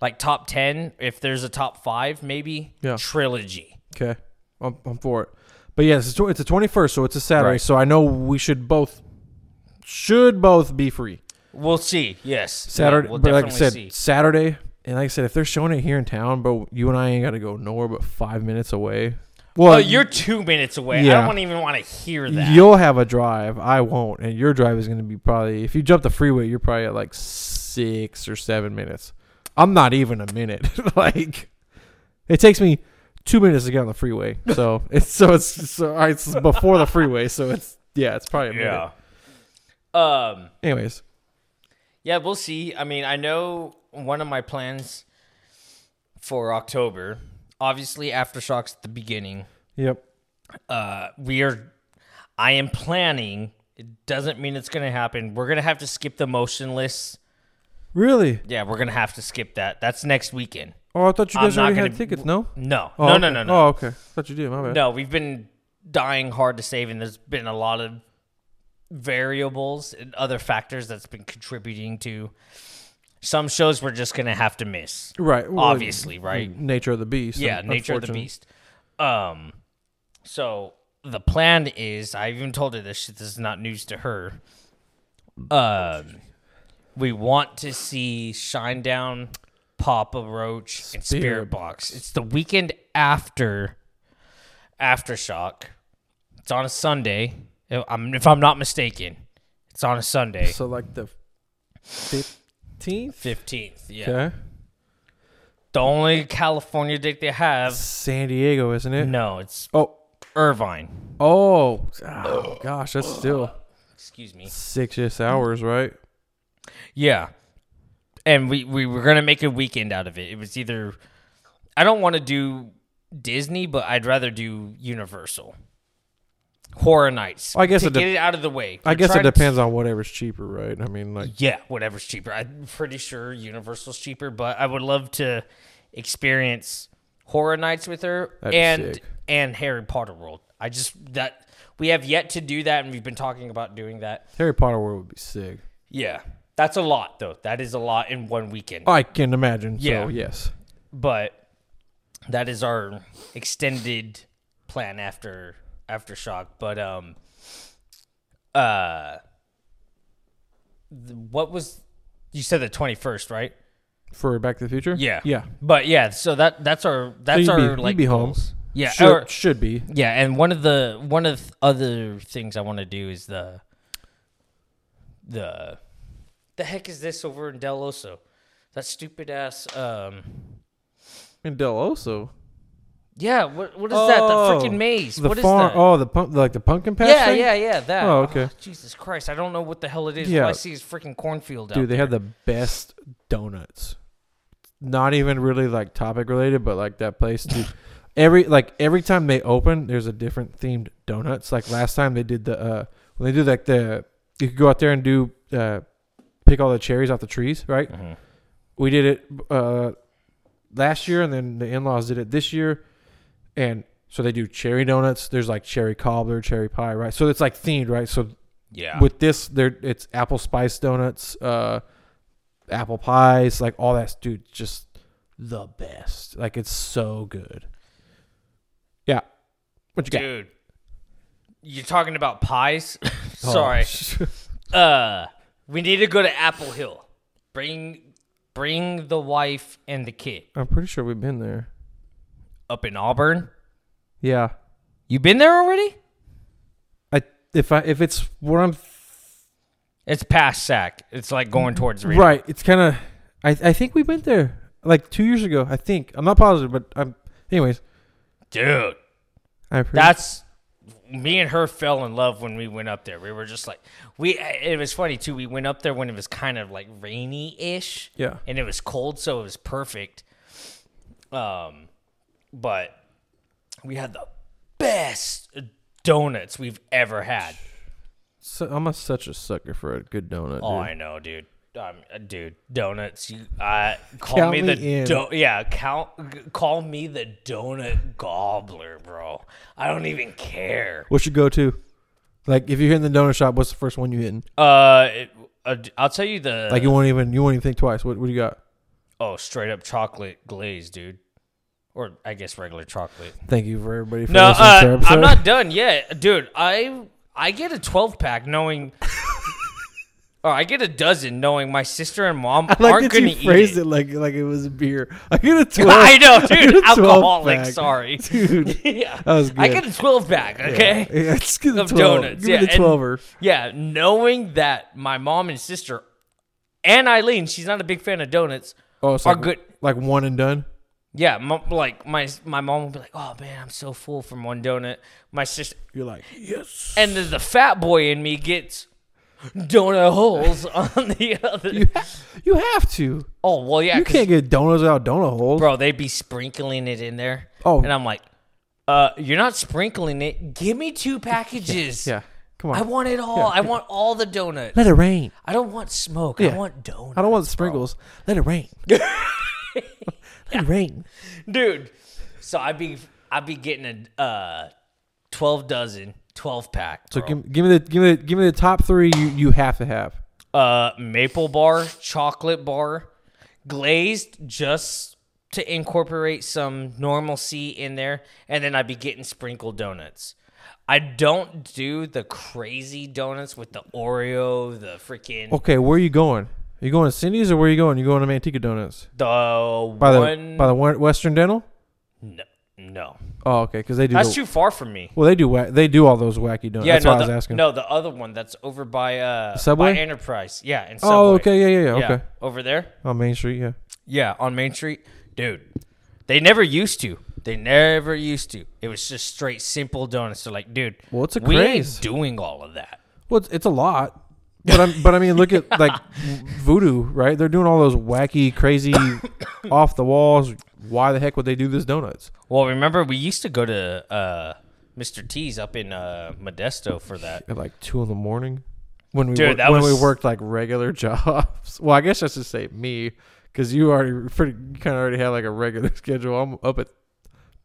S2: like top ten if there's a top five maybe
S1: Yeah.
S2: trilogy.
S1: Okay, I'm, I'm for it. But yes, it's, tw- it's the 21st, so it's a Saturday.
S2: Right.
S1: So I know we should both should both be free
S2: We'll see. Yes,
S1: Saturday.
S2: Yeah, we'll
S1: but like I
S2: definitely
S1: said,
S2: see.
S1: Saturday, and like I said, if they're showing it here in town, bro, you and I ain't got to go nowhere but five minutes away. Well,
S2: Oh, you're two minutes away. I
S1: yeah.
S2: don't wanna even want to hear that.
S1: you'll have a drive. I won't, and your drive is going to be probably if you jump the freeway, you're probably at like six or seven minutes. I'm not even a minute. [laughs] like it takes me two minutes to get on the freeway. So [laughs] it's so it's so I- it's before the freeway. So it's yeah, it's probably a minute.
S2: yeah. Um.
S1: Anyways,
S2: Yeah, we'll see. I mean, I know one of my plans for October. Obviously, aftershocks at the beginning.
S1: yep.
S2: uh, we are i am planning it doesn't mean it's gonna happen we're gonna have to skip the motionless
S1: Really?
S2: yeah we're gonna have to skip that that's next weekend
S1: Oh, I thought you
S2: I'm
S1: guys
S2: not
S1: already
S2: gonna-
S1: had tickets. No.
S2: no
S1: Oh,
S2: no,
S1: okay.
S2: no no no
S1: Oh, okay. Thought you did. My bad.
S2: no we've been dying hard to save and there's been a lot of variables and other factors that's been contributing to some shows we're just gonna have to miss
S1: Right. well,
S2: obviously right
S1: Nature of the beast.
S2: yeah
S1: un-
S2: nature of the
S1: unfortunate.
S2: beast um so the plan is i even told her this shit this is not news to her um we want to see shinedown papa roach and spirit
S1: Spirit
S2: box it's the weekend after aftershock it's on a sunday If I'm, if I'm not mistaken, it's on a Sunday,
S1: So like the fifteenth.
S2: fifteenth. Yeah,
S1: Okay.
S2: the only California date they
S1: [laughs]
S2: have.
S1: San Diego, isn't it?
S2: No, it's
S1: Oh,
S2: Irvine.
S1: oh,
S2: Ah,
S1: oh, gosh, that's still
S2: Excuse me.
S1: six-ish hours, right?
S2: Yeah. And we, we were going to make a weekend out of it. It was either, I don't want to do Disney, but I'd rather do Universal. Horror Nights.
S1: Well, I guess
S2: to
S1: it de-
S2: get it out of the way.
S1: I
S2: We're
S1: guess it
S2: trying to-
S1: depends on whatever's cheaper, right? I mean, like,
S2: yeah, whatever's cheaper. I'm pretty sure Universal's cheaper, but I would love to experience Horror Nights with her
S1: That'd be
S2: and
S1: sick.
S2: and Harry Potter World. I just that we have yet to do that, and we've been talking about doing that.
S1: Harry Potter World would be sick.
S2: Yeah, that's a lot though. That is a lot in one weekend.
S1: I can imagine.
S2: Yeah.
S1: So yes.
S2: but that is our extended plan after aftershock but um uh th- what was you said the 21st right
S1: For Back to the Future.
S2: yeah
S1: Yeah.
S2: but yeah so that that's our that's
S1: you'd be-
S2: our
S1: you'd
S2: like
S1: be home.
S2: goals. yeah
S1: Should,
S2: or-
S1: should be.
S2: yeah and one of the one of the other things i want to do is the the the heck is this over in del oso that stupid ass um
S1: And Del Oso.
S2: Yeah, what what is that? The
S1: Oh,
S2: freaking maze.
S1: The
S2: what is
S1: farm.
S2: that?
S1: Oh, the pump, like the pumpkin patch.
S2: yeah,
S1: thing?
S2: yeah, yeah, that. Ah,
S1: Oh, okay.
S2: Jesus Christ, I don't know what the hell it is.
S1: Yeah.
S2: All I see is freaking cornfield out
S1: Dude, they have the best donuts. Not even really like topic related, but like that place. Dude, every like every time they open, there's a different themed donuts. Like last time they did the uh when they do like the you could go out there and do uh pick all the cherries off the trees, right?
S2: Mm-hmm.
S1: We did it uh last year, and then the in laws did it this year, and so they do cherry donuts. There's like cherry cobbler, cherry pie, right? So it's like themed, right? So
S2: Yeah.
S1: with this there it's apple spice donuts uh apple pies like all that dude just the best like it's so good yeah what you got Oh,
S2: Dude. You're talking about
S1: [laughs]
S2: pies? [laughs] Sorry. Uh we need to go to Apple Hill. Bring bring the wife and the kid
S1: i'm pretty sure we've been there
S2: up in Auburn.
S1: yeah
S2: You been there already?
S1: i if i if it's what i'm
S2: It's past Sac. It's like going towards Reno.
S1: right it's kind of i i think we went there like two years ago i think i'm not positive but i'm anyways
S2: Dude.
S1: i pretty,
S2: That's me and her fell in love when we went up there. We were just like we. It was funny too. We went up there when it was kind of like rainy ish.
S1: Yeah.
S2: and it was cold, so it was perfect. Um, but we had the best donuts we've ever had.
S1: so, i'm a, such a sucker for a good donut
S2: Oh,
S1: dude.
S2: I know, dude. Um, dude, donuts. You uh, call
S1: Count
S2: me
S1: me
S2: the
S1: in.
S2: do- yeah. Count. Call me the donut gobbler, bro. I don't even care.
S1: what's your go-to like if you're hitting the donut shop what's the first one you hitting
S2: Uh, it, uh, I'll tell you the
S1: Like you won't even you won't even think twice. What what do you got?
S2: oh straight up chocolate glaze, dude, or I guess regular chocolate.
S1: Thank you for everybody for
S2: No,
S1: listening to our
S2: uh,
S1: episode. [laughs]
S2: I'm not done yet, dude. I I get a 12 pack
S1: [laughs]
S2: knowing, or I get a dozen knowing my sister and mom
S1: [laughs] I like
S2: aren't
S1: that
S2: gonna
S1: you
S2: eat
S1: phrased
S2: it.
S1: it.
S2: [laughs]
S1: like like it was beer. [laughs] I get a twelve.
S2: I know,
S1: [laughs] get
S2: dude.
S1: a 12
S2: Alcoholic.
S1: pack.
S2: Sorry,
S1: [laughs] dude.
S2: [laughs] yeah,
S1: that was
S2: I
S1: good.
S2: get a 12 pack. Okay.
S1: [laughs] Yeah, it's good.
S2: Of
S1: 12.
S2: donuts,
S1: Give
S2: yeah,
S1: me the
S2: and-
S1: twelver.
S2: Yeah, knowing that my mom and sister and Eileen, she's not a big fan of donuts.
S1: Oh, it's
S2: are
S1: like,
S2: good.
S1: Like one and done.
S2: Yeah, mo- like my my mom would be like, "Oh man, I'm so full from one donut." My sister
S1: You're like yes.
S2: and then the fat boy in me gets donut holes [laughs] on the other.
S1: You ha- you have to.
S2: oh well, yeah,
S1: You
S2: 'cause,
S1: can't get donuts without donut holes.
S2: bro. They'd be sprinkling it in there.
S1: Oh.
S2: and I'm like, "Uh, you're not sprinkling it. Give me two packages.
S1: Yeah, come
S2: I
S1: on.
S2: want it all. I want all the donuts.
S1: Let it rain.
S2: I don't want smoke. I
S1: Yeah.
S2: want donuts."
S1: I don't want sprinkles. Let it rain. Let it rain.
S2: dude. So I'd be I'd be getting a uh, twelve dozen, twelve pack.
S1: So
S2: bro.
S1: give, give me the give me the, give me the top three you, you have to have.
S2: uh, maple bar, chocolate bar, glazed just to incorporate some normalcy in there, and then I'd be getting sprinkled donuts. I don't do the crazy donuts with the Oreo, the freaking
S1: Okay, where are you going? Are you going to Cindy's or where are you going? You going to Manteca Donuts
S2: the
S1: by the
S2: one
S1: by the Wen- Western Dental?
S2: no, No,
S1: Oh, okay, because they do.
S2: that's
S1: the-
S2: too far from me.
S1: Well, they do. Wha- they do all those wacky donuts.
S2: Yeah,
S1: That's
S2: no,
S1: why I
S2: the,
S1: was asking.
S2: no, the other one that's over by uh
S1: Subway?
S2: by Enterprise. Yeah, and Subway.
S1: Oh, okay, yeah, yeah, yeah, okay.
S2: over there.
S1: On Main Street, yeah.
S2: Yeah, on Main Street, dude. They never used to. They never used to. It was just straight simple donuts. They're like, dude,
S1: Well, it's a
S2: we
S1: craze.
S2: ain't doing all of that.
S1: Well, it's, it's a lot. But I'm, but I mean, look at like [laughs] voodoo, right? They're doing all those wacky, crazy, [coughs] off the walls. Why the heck would they do this donuts?
S2: Well, remember we used to go to uh, Mr. T's up in uh, Modesto for that.
S1: At like two in the morning, when we
S2: Dude,
S1: wor-
S2: that
S1: when
S2: was-
S1: we worked like regular [laughs] jobs. Well, I guess that's to say me, because you already pretty kind of already had like a regular [laughs] schedule. I'm up at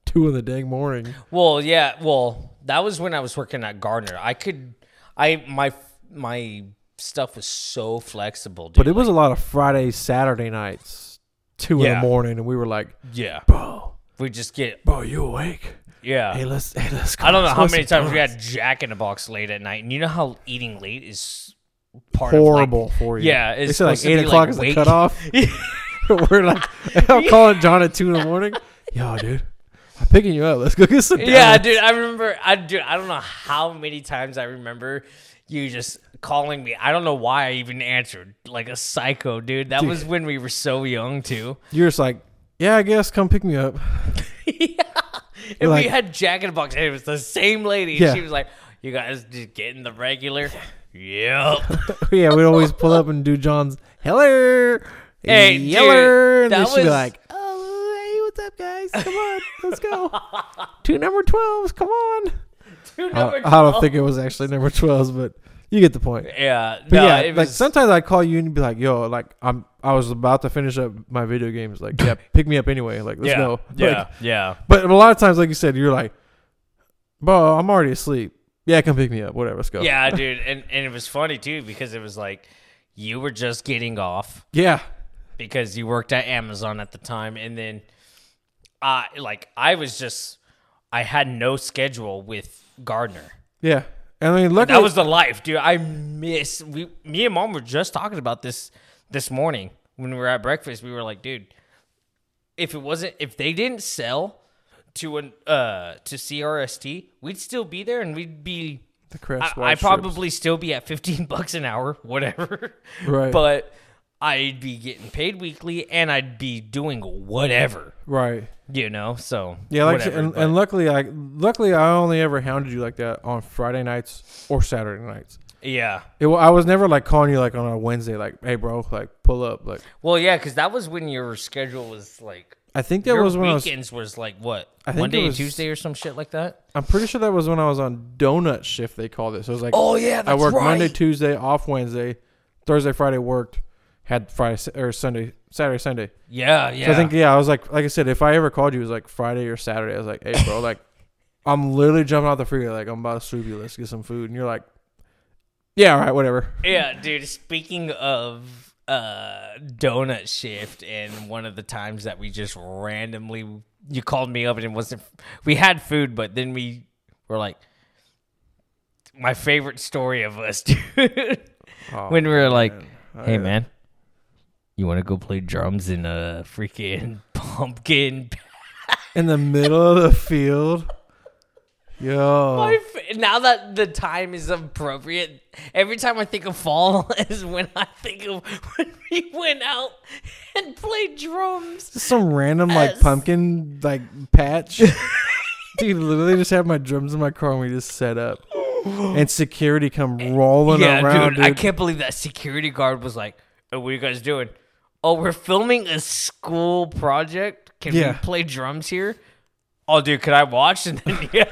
S1: two in the dang morning.
S2: Well, yeah. Well, that was when I was working at Gardner. I could, I my my stuff was so flexible, dude.
S1: But it was a lot of Friday, Saturday nights, two in
S2: Yeah.
S1: the morning, and we were like,
S2: yeah.
S1: bro,
S2: We just get
S1: bro, you awake?
S2: yeah.
S1: Hey, let's hey, let's. Go.
S2: Uh, I don't know how
S1: Let's
S2: many
S1: go."
S2: times we had Jack in the Box late at night, and you know how eating late is part
S1: horrible
S2: Of like,
S1: for you.
S2: Yeah,
S1: they
S2: it's
S1: said like
S2: supposed to
S1: eight
S2: be,
S1: o'clock
S2: like,
S1: is the
S2: wake- [laughs]
S1: cutoff. [laughs] We're like, I'm calling John at two in the morning. Yo, dude, I'm picking you up. Let's go get some.
S2: yeah,
S1: donuts."
S2: dude. I remember. I dude. I don't know how many times I remember you just calling me. I don't know why I even answered like a psycho, dude. That was when we were so young
S1: [laughs]
S2: too. [laughs]
S1: you're just like, yeah, I guess come pick me up.
S2: And
S1: Like-
S2: we had Jack in the Box. And it was the same lady.
S1: Yeah.
S2: She was like, "You guys just getting the regular." Yep.
S1: [laughs]
S2: [laughs]
S1: yeah, we'd always pull up and do John's Heller,
S2: Hey, dude,
S1: Yeller, and then
S2: that
S1: she'd be
S2: was-
S1: like, oh, hey, what's up, guys? Come on, let's go.
S2: [laughs]
S1: Two number twelves, come on.
S2: Dude,
S1: I,
S2: number
S1: I don't
S2: 12.
S1: think it was actually number twelves, but you get the point.
S2: Yeah.
S1: But
S2: No,
S1: yeah,
S2: it
S1: like
S2: was-
S1: sometimes I call you and you'd be like, "Yo, like I'm, I was about to finish up my video games. Like,
S2: [laughs]
S1: yeah, pick me up anyway. Like, let's
S2: yeah,
S1: go.
S2: Yeah.
S1: Like, [laughs]
S2: yeah.
S1: but a lot of times, like you said, you're like, "Bro, I'm already asleep. Yeah, come pick me up. Whatever, let's go.
S2: Yeah, dude, and and it was funny too because it was like you were just getting off
S1: yeah,
S2: because you worked at Amazon at the time, and then I like I was just I had no schedule with Gardner.
S1: yeah." And I mean, look,
S2: That was the life, dude. I miss we me and mom were just talking about this this morning when we were at breakfast. We were like, dude, if it wasn't if they didn't sell to an uh to CRST, we'd still be there and we'd be
S1: the crash.
S2: I, I probably still be at 15 [laughs] bucks an hour, whatever.
S1: Right.
S2: But I'd be getting paid weekly and I'd be doing whatever,
S1: right.
S2: you know? So,
S1: Yeah, like,
S2: whatever,
S1: and,
S2: but-
S1: and luckily, I luckily I only ever hounded you like that on Friday nights or Saturday nights.
S2: yeah.
S1: It, wa- I was never like calling you like on a Wednesday, like, "Hey, bro, like pull up." Like,
S2: Well, yeah, because that was when your schedule was like,
S1: I think that
S2: your
S1: was when I was
S2: weekends was, like what?
S1: I think
S2: Monday
S1: it
S2: and
S1: was-
S2: Tuesday or some shit like that?
S1: I'm pretty sure that was when I was on donut shift. They called it. So it was like,
S2: Oh, yeah.
S1: I worked Monday, Tuesday, off Wednesday, Thursday, Friday worked, had Friday or Sunday, Saturday, Sunday.
S2: Yeah, yeah.
S1: So I think yeah, I was like, like I said, if I ever called you, it was like Friday or Saturday. I was like, hey bro, like I'm literally jumping out the freezer, like I'm about to sleep you. Let's get some food, and you're like, yeah, all right, whatever.
S2: Yeah, dude. Speaking of uh donut shift and one of the times that we just randomly you called me up and it wasn't we had food but then we were like my favorite story of us [laughs] dude
S1: Oh,
S2: when we were like hey
S1: yeah.
S2: man you want to go play drums in a freaking [laughs] pumpkin
S1: In the middle of the field, yo,
S2: My fa- now that the time is appropriate, every time I think of fall [laughs] is when I think of when we went out and played drums.
S1: some random like
S2: Yes.
S1: pumpkin like
S2: [laughs]
S1: patch. Dude, literally just have my drums in my car and we just
S2: [gasps]
S1: set up. And security come rolling
S2: Yeah,
S1: around.
S2: dude, I
S1: dude.
S2: can't believe that security guard was like, "Oh, "What are you guys doing? Oh, we're filming a school project. Can
S1: Yeah.
S2: we play drums here? Oh, dude, could I watch?" [laughs] And then yeah,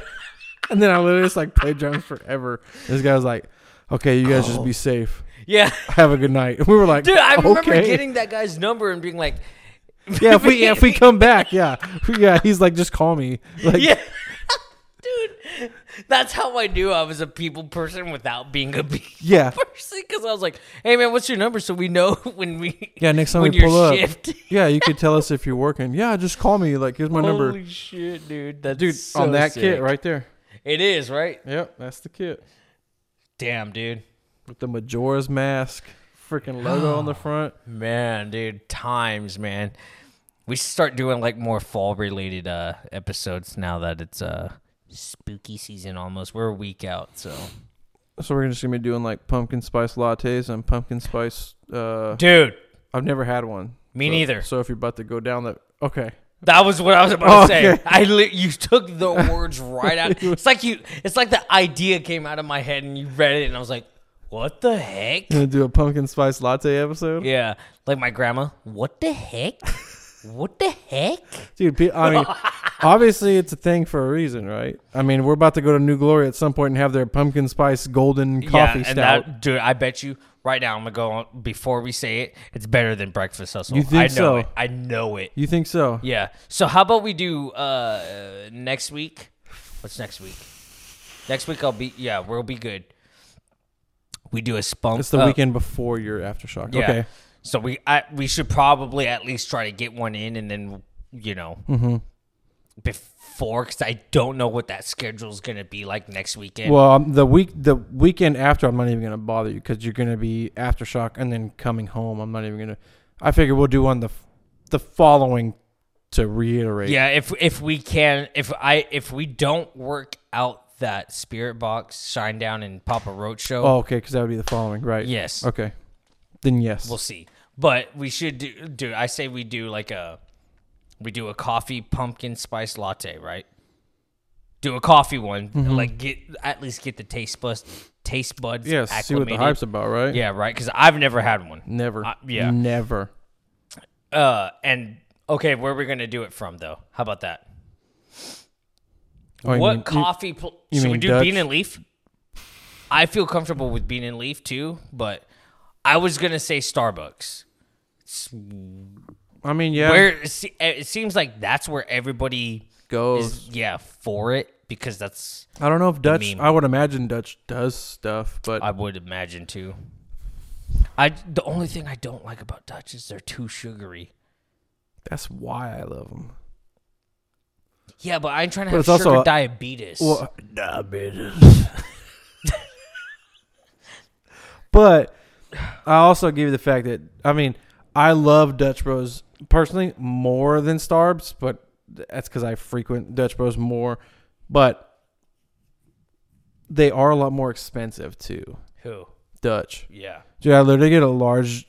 S1: And then I literally just like played drums forever. This guy was like, Okay, you guys just
S2: Oh.
S1: be safe.
S2: yeah. [laughs]
S1: Have a good night. And we were like,
S2: Dude, I remember
S1: okay.
S2: getting that guy's number and being like,
S1: Yeah, if we yeah,
S2: [laughs]
S1: if we come back, yeah. Yeah, he's like, just call me. [laughs] Like
S2: Yeah. Dude, that's how I knew I was a people person without being a [laughs] people
S1: Yeah.
S2: person. Because I was like, "Hey man, what's your number?" So we know [laughs] when we
S1: Yeah, next time
S2: when
S1: we pull
S2: your
S1: up.
S2: shift.
S1: Yeah, you could tell us if you're working. Yeah, just call me. Like, here's my number.
S2: Holy shit, dude! That's
S1: Dude,
S2: so
S1: on that
S2: sick.
S1: kit right there.
S2: It is right.
S1: Yep, that's the kit.
S2: Damn, dude.
S1: With the
S2: [gasps]
S1: Majora's mask, freaking logo on the front.
S2: Man, dude, times, man. We should start doing like more fall related uh episodes now that it's uh spooky season almost. We're a week out, so
S1: So we're just gonna be doing like pumpkin spice lattes and pumpkin spice. Uh,
S2: Dude,
S1: I've never had one.
S2: me
S1: So-
S2: neither.
S1: So if you're about to go down that, okay,
S2: That was what I was about to say.
S1: Oh, Okay.
S2: I li- you took
S1: [laughs]
S2: the words right out. It's like you. It's like the idea came out of my head and you read it and I was like, "What the
S1: [laughs]
S2: heck?"
S1: gonna do a pumpkin spice latte episode,
S2: Yeah, like my grandma. What the heck? What the heck?
S1: dude. pe- I
S2: [laughs]
S1: mean, obviously it's a thing for a reason, right? I mean, we're about to go to New Glory at some point and have their pumpkin spice golden coffee
S2: yeah, and
S1: stout.
S2: that dude. I bet you right now. I'm gonna go on before we say it. It's better than breakfast hustle.
S1: You think
S2: I know
S1: so?
S2: it. I know it.
S1: you think so?
S2: Yeah. So how about we do uh next week? What's next week? Next week I'll be yeah, we'll be good. We do a spunk.
S1: It's the
S2: uh,
S1: weekend before your aftershock.
S2: Yeah.
S1: Okay,
S2: So we I, we should probably at least try to get one in and then you know
S1: Mm-hmm.
S2: before because I don't know what that schedule's gonna be like next weekend.
S1: Well, um, the week the weekend after, I'm not even gonna bother you because you're gonna be aftershock and then coming home. I'm not even gonna. I figure we'll do one the f- the following to reiterate.
S2: yeah. If if we can if I if we don't work out that spirit box shine down and Papa Roach show.
S1: Oh, okay, because that would be the following, right?
S2: Yes.
S1: Okay. Then yes.
S2: We'll see. But we should do, do. I say we do like a, we do a coffee pumpkin spice latte, right? Do a coffee one,
S1: Mm-hmm.
S2: like get at least get the taste buds, taste buds.
S1: yes. See what the
S2: acclimated.
S1: hype's about, right?
S2: Yeah, right. Because I've never had one.
S1: Never.
S2: Uh, yeah.
S1: Never.
S2: Uh, and okay, where are we gonna do it from though? How about that?
S1: Oh, you
S2: what
S1: mean- you-
S2: coffee? pl-
S1: you
S2: should we
S1: mean
S2: do
S1: Dutch?
S2: bean and leaf? I feel comfortable with bean and leaf too, but I was gonna say Starbucks.
S1: I mean, yeah.
S2: where it se- it seems like that's where everybody
S1: goes?
S2: is yeah for it because that's
S1: I don't know if Dutch.
S2: meme.
S1: I would imagine Dutch does stuff, but
S2: I would imagine too. I the only thing I don't like about Dutch is they're too sugary.
S1: that's why I love them.
S2: Yeah, but I'm trying to
S1: But
S2: have
S1: it's
S2: sugar
S1: also a-
S2: diabetes.
S1: Well, [laughs] but I also give you the fact that I mean I love Dutch Bros personally more than Starbs, but that's because I frequent Dutch Bros more. But they are a lot more expensive too.
S2: Who?
S1: Dutch,
S2: Yeah.
S1: dude, I literally get a large.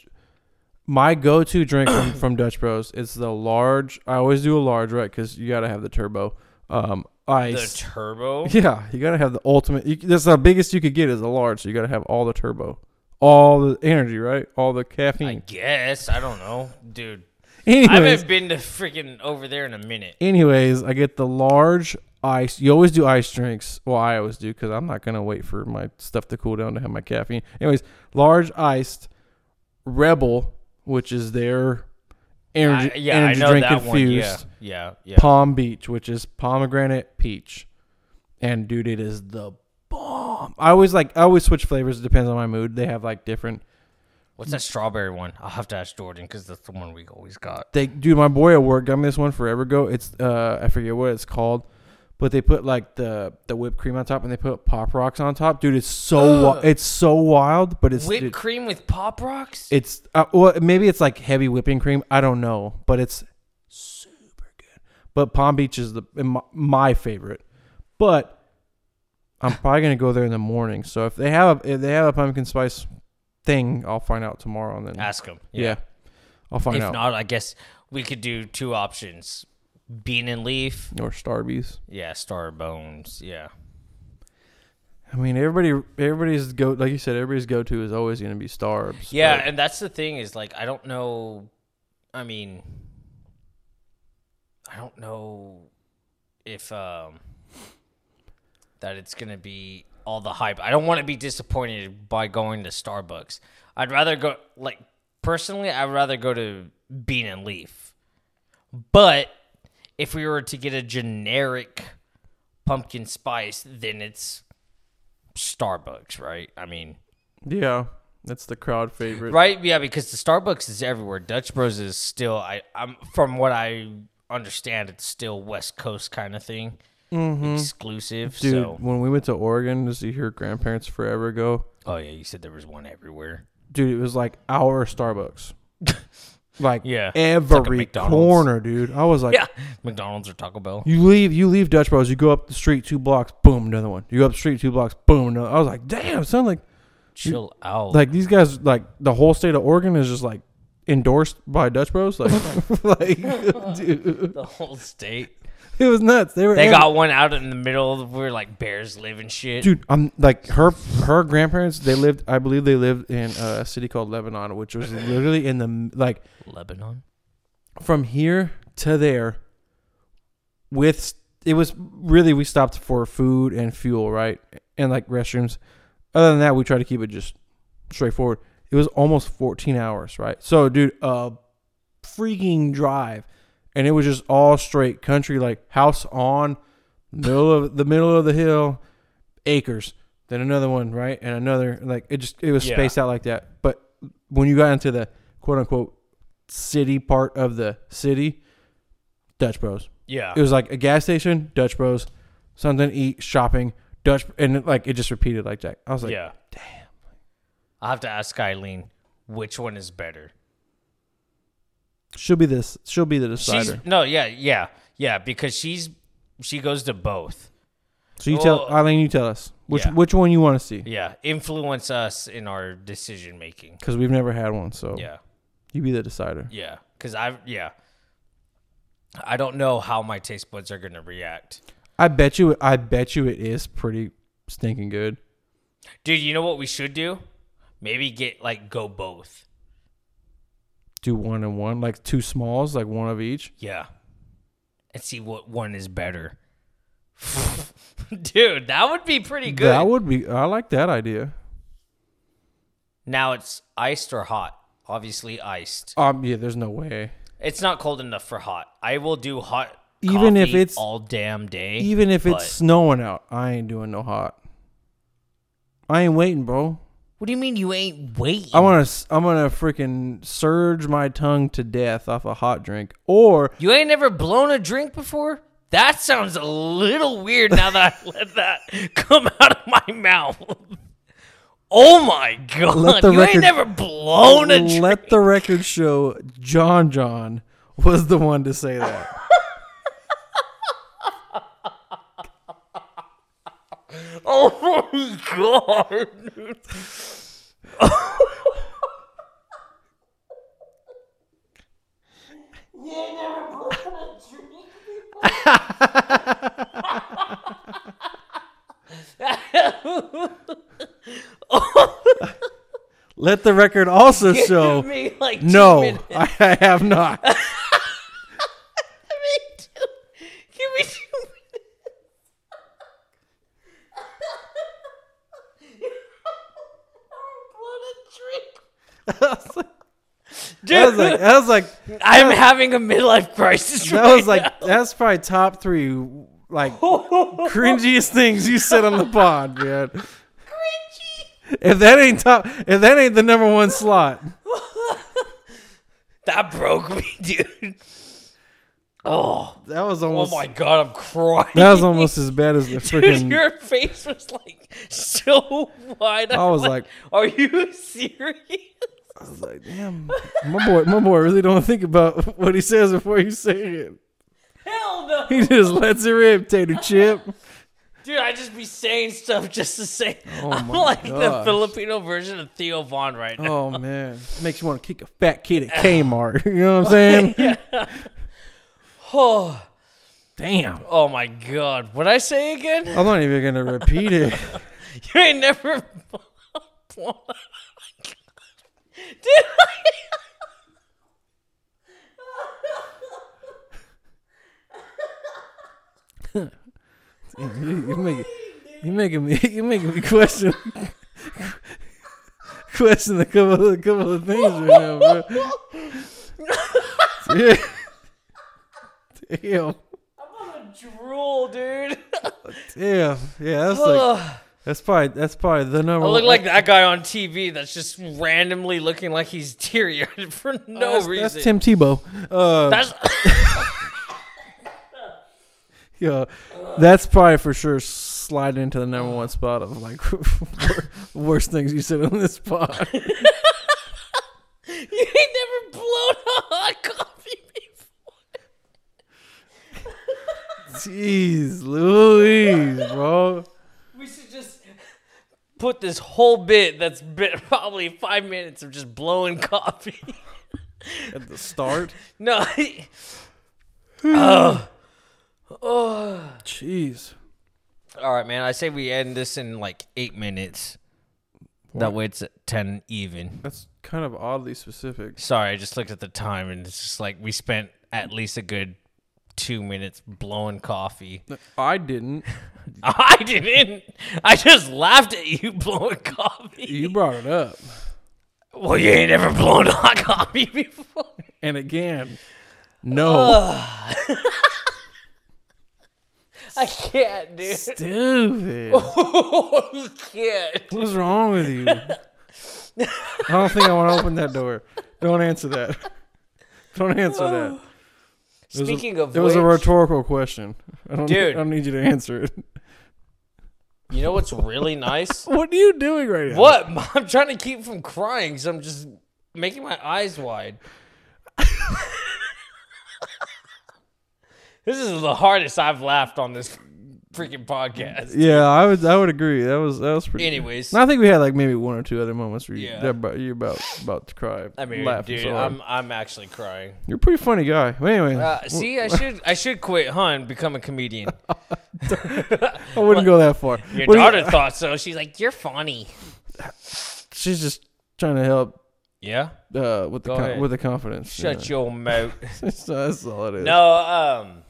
S1: My go-to drink from, from Dutch Bros is the large. I always do a large, right? Because you gotta have the turbo. Um,
S2: The
S1: ice.
S2: turbo.
S1: [laughs] Yeah, you gotta have the ultimate. You, that's the biggest you could get is a large. So you gotta have all the turbo, all the energy, right? All the
S2: I
S1: caffeine.
S2: guess I don't know, dude. I
S1: [laughs] anyways,
S2: haven't been to freaking over there in a minute.
S1: anyways, I get the large ice. You always do ice drinks. Well, I always do because I'm not gonna wait for my stuff to cool down to have my caffeine. Anyways, large iced Rebel, which is their energy,
S2: I, yeah,
S1: energy
S2: I know
S1: drink
S2: that one.
S1: infused.
S2: Yeah, yeah, yeah.
S1: Palm Beach, which is pomegranate peach. And dude, it is the bomb. I always like I always switch flavors. It depends on my mood. They have like different
S2: What's that strawberry one? I'll have to ask Jordan because that's the one we always got.
S1: they dude, my boy at work got me this one forever ago. It's uh I forget what it's called. But they put like the the whipped cream on top and they put pop rocks on top. Dude, it's so wi- it's so wild, but it's
S2: Whipped
S1: it-
S2: cream with pop rocks.
S1: it's uh, well maybe it's like heavy whipping cream. I don't know, but it's super good. But Palm Beach is the in my, my favorite. But I'm probably gonna go there in the morning. So if they have a, if they have a pumpkin spice thing, I'll find out tomorrow and then
S2: Ask him.
S1: Mm. yeah. I'll find
S2: If
S1: out.
S2: not, I guess we could do two options: bean and leaf.
S1: or Starbucks.
S2: Yeah, star bones. Yeah,
S1: I mean, everybody everybody's go like you said, everybody's go to is always gonna be Starbs.
S2: yeah. And that's the thing is like I don't know. I mean, I don't know if um that it's gonna be all the hype. I don't want to be disappointed by going to Starbucks. I'd rather go like personally. I'd rather go to bean and leaf. But if we were to get a generic pumpkin spice, then it's Starbucks, right? I mean,
S1: Yeah. That's the crowd favorite.
S2: right? Yeah, because the Starbucks is everywhere. Dutch Bros is still I I'm from what I understand, it's still West Coast kind of thing. Exclusive.
S1: Mm-hmm. Dude,
S2: so
S1: when we went to Oregon to see her grandparents forever ago, [laughs]
S2: Oh yeah, you said there was one everywhere. [laughs]
S1: dude, it was like our Starbucks. like
S2: Yeah. It's like a
S1: every
S2: McDonald's.
S1: corner, dude. I was like,
S2: Yeah, McDonald's or Taco Bell.
S1: you leave you leave Dutch Bros, you go up the street two blocks, boom, another one. You go up the street two blocks, boom, another. I was like, damn, son, like
S2: Chill out. [laughs]
S1: like [laughs] these guys, like the whole state of Oregon is just like endorsed by Dutch Bros. Like, [laughs] like dude,
S2: the whole state.
S1: [laughs] it was nuts. They were
S2: They
S1: every-
S2: got one out in the middle of where like bears live and shit.
S1: dude i'm like her her grandparents they lived i believe they lived in a city called lebanon which was literally in the like
S2: Lebanon.
S1: from here to there with it was really we stopped for food and fuel right and like restrooms other than that we tried to keep it just straightforward it was almost 14 hours right so dude a freaking drive and it was just all straight country like house on middle of the middle of the hill acres then another one right and another like it just it was
S2: Yeah.
S1: spaced out like that but when you got into the quote unquote city part of the city, Dutch Bros.
S2: Yeah.
S1: It was like a gas station, Dutch Bros, something to eat, shopping, Dutch, and it, like it just repeated like that. I was like,
S2: yeah. Damn. I'll have to ask Eileen which one is better.
S1: she'll be this, she'll be the
S2: She's
S1: decider.
S2: no, yeah, yeah, yeah, because she's she goes to both.
S1: so you tell
S2: well-
S1: Eileen, you tell us which
S2: Yeah.
S1: which one you want to see
S2: Yeah, influence us in our decision making.
S1: because we've never had one. So
S2: Yeah,
S1: you be the decider.
S2: yeah, because I've yeah, I don't know how my taste buds are gonna react,
S1: I bet you, I bet you, it is pretty stinking good.
S2: dude. You know what we should do? Maybe get like go both.
S1: Do one and one, like two smalls, like one of each.
S2: Yeah. And see what one is better. [laughs] Dude, that would be pretty good.
S1: That would be. I like that idea.
S2: now it's iced or hot. Obviously iced.
S1: Um, yeah, there's no way.
S2: It's not cold enough for hot. I will do hot
S1: Even if
S2: coffee
S1: it's-
S2: all damn day.
S1: Even if it's
S2: but-
S1: snowing out, I ain't doing no hot. I ain't waiting, bro.
S2: What do you mean you ain't waiting?
S1: I want to. I'm gonna freaking surge my tongue to death off a hot drink, or
S2: you ain't never blown a drink before? That sounds a little weird now that
S1: [laughs]
S2: I let that come out of my mouth. Oh my god.
S1: Let the
S2: you
S1: record-
S2: ain't never blown a drink.
S1: let the record show John John was the one to say that.
S2: Oh my god.
S1: let the record
S2: [laughs]
S1: also show
S2: me like two
S1: no,
S2: minutes.
S1: [laughs] I, I
S2: [laughs]
S1: have not.
S2: me two. Give me two minutes.
S1: I was like, I was like,
S2: I'm having a midlife crisis.
S1: that was like, that's probably top three like cringiest things you
S2: [laughs]
S1: said on the pod, man. Cringy. If that ain't top, if that ain't the number one slot,
S2: that broke me, dude. Oh,
S1: that was
S2: oh
S1: almost
S2: my god, I'm crying.
S1: that
S2: [laughs]
S1: was almost as bad as the
S2: Dude,
S1: freaking.
S2: your face was like so wide.
S1: I was like-
S2: "Are you
S1: [laughs]
S2: serious?"
S1: I was like, damn, my boy, my boy really don't think about [laughs] what he says before he say it.
S2: Hell no,
S1: He just lets it rip, tater chip.
S2: dude! I just be saying stuff just to say. I'm
S1: Oh my
S2: like the
S1: gosh.
S2: Filipino version of Theo Von right now.
S1: Oh man, makes you want to kick a fat kid at Kmart. [laughs] You know what I'm saying?
S2: Oh,
S1: Damn,
S2: oh my god! What I say again? [laughs]
S1: I'm not even gonna repeat it.
S2: You ain't never. Dude, I-
S1: You make you making me you making me question [laughs] question a couple a couple of things right now, [laughs] bro. Yeah. Damn,
S2: I'm gonna drool, dude.
S1: damn, yeah. That's like that's probably that's probably the number.
S2: I look
S1: one-
S2: like that guy on TV that's just randomly looking like he's teary-eyed for no
S1: Oh, that's,
S2: reason.
S1: that's Tim Tebow. Uh,
S2: That's [laughs]
S1: [laughs] yeah, that's probably for sure sliding into the number one spot of like [laughs] worst things you said on this spot.
S2: you ain't never blown a
S1: Jeez, Louise, bro.
S2: We should just put this whole bit that's been [laughs] probably five minutes of just blowing coffee. [laughs]
S1: At the start.
S2: no. oh. Oh.
S1: Jeez.
S2: All right, man. I say we end this in like eight minutes. That way it's at 10 even.
S1: That's kind of oddly specific.
S2: Sorry, I just looked at the time and it's just like we spent at least a good two minutes blowing coffee. [laughs]
S1: I didn't.
S2: I didn't. I just laughed at you blowing coffee.
S1: You brought it up.
S2: Well, you ain't ever blown hot coffee before. [laughs]
S1: And again, no.
S2: I can't, dude.
S1: Stupid.
S2: I can't.
S1: What's wrong with you? I don't think I want to open that door. Don't answer that. Don't answer that. It was a-
S2: Speaking of
S1: it was a
S2: which,
S1: rhetorical question. I don't,
S2: Dude.
S1: I don't need you to answer
S2: [laughs]
S1: it.
S2: you know what's really nice?
S1: What are you doing right now?
S2: what? [laughs] I'm trying to keep from crying because I'm just making my eyes wide. this is the hardest I've laughed on this freaking podcast.
S1: Yeah, I would. I would agree. That was that was pretty.
S2: Anyways.
S1: And I think we had like maybe one or two other moments where you,
S2: Yeah.
S1: that about, you're about about to cry.
S2: I mean,
S1: laughing
S2: dude,
S1: so hard.
S2: I'm I'm actually crying.
S1: You're a pretty funny guy. But anyway,
S2: Uh, see, I should I should quit, huh, and become a [laughs] comedian.
S1: I wouldn't go that far.
S2: Your
S1: What do you-
S2: daughter thought so. She's like, "You're funny."
S1: [laughs] she's just trying to help
S2: Yeah.
S1: uh, with the
S2: Go
S1: con-
S2: ahead.
S1: with the confidence. you
S2: Shut your [laughs] mouth.
S1: know. [laughs] That's all it is.
S2: no, um,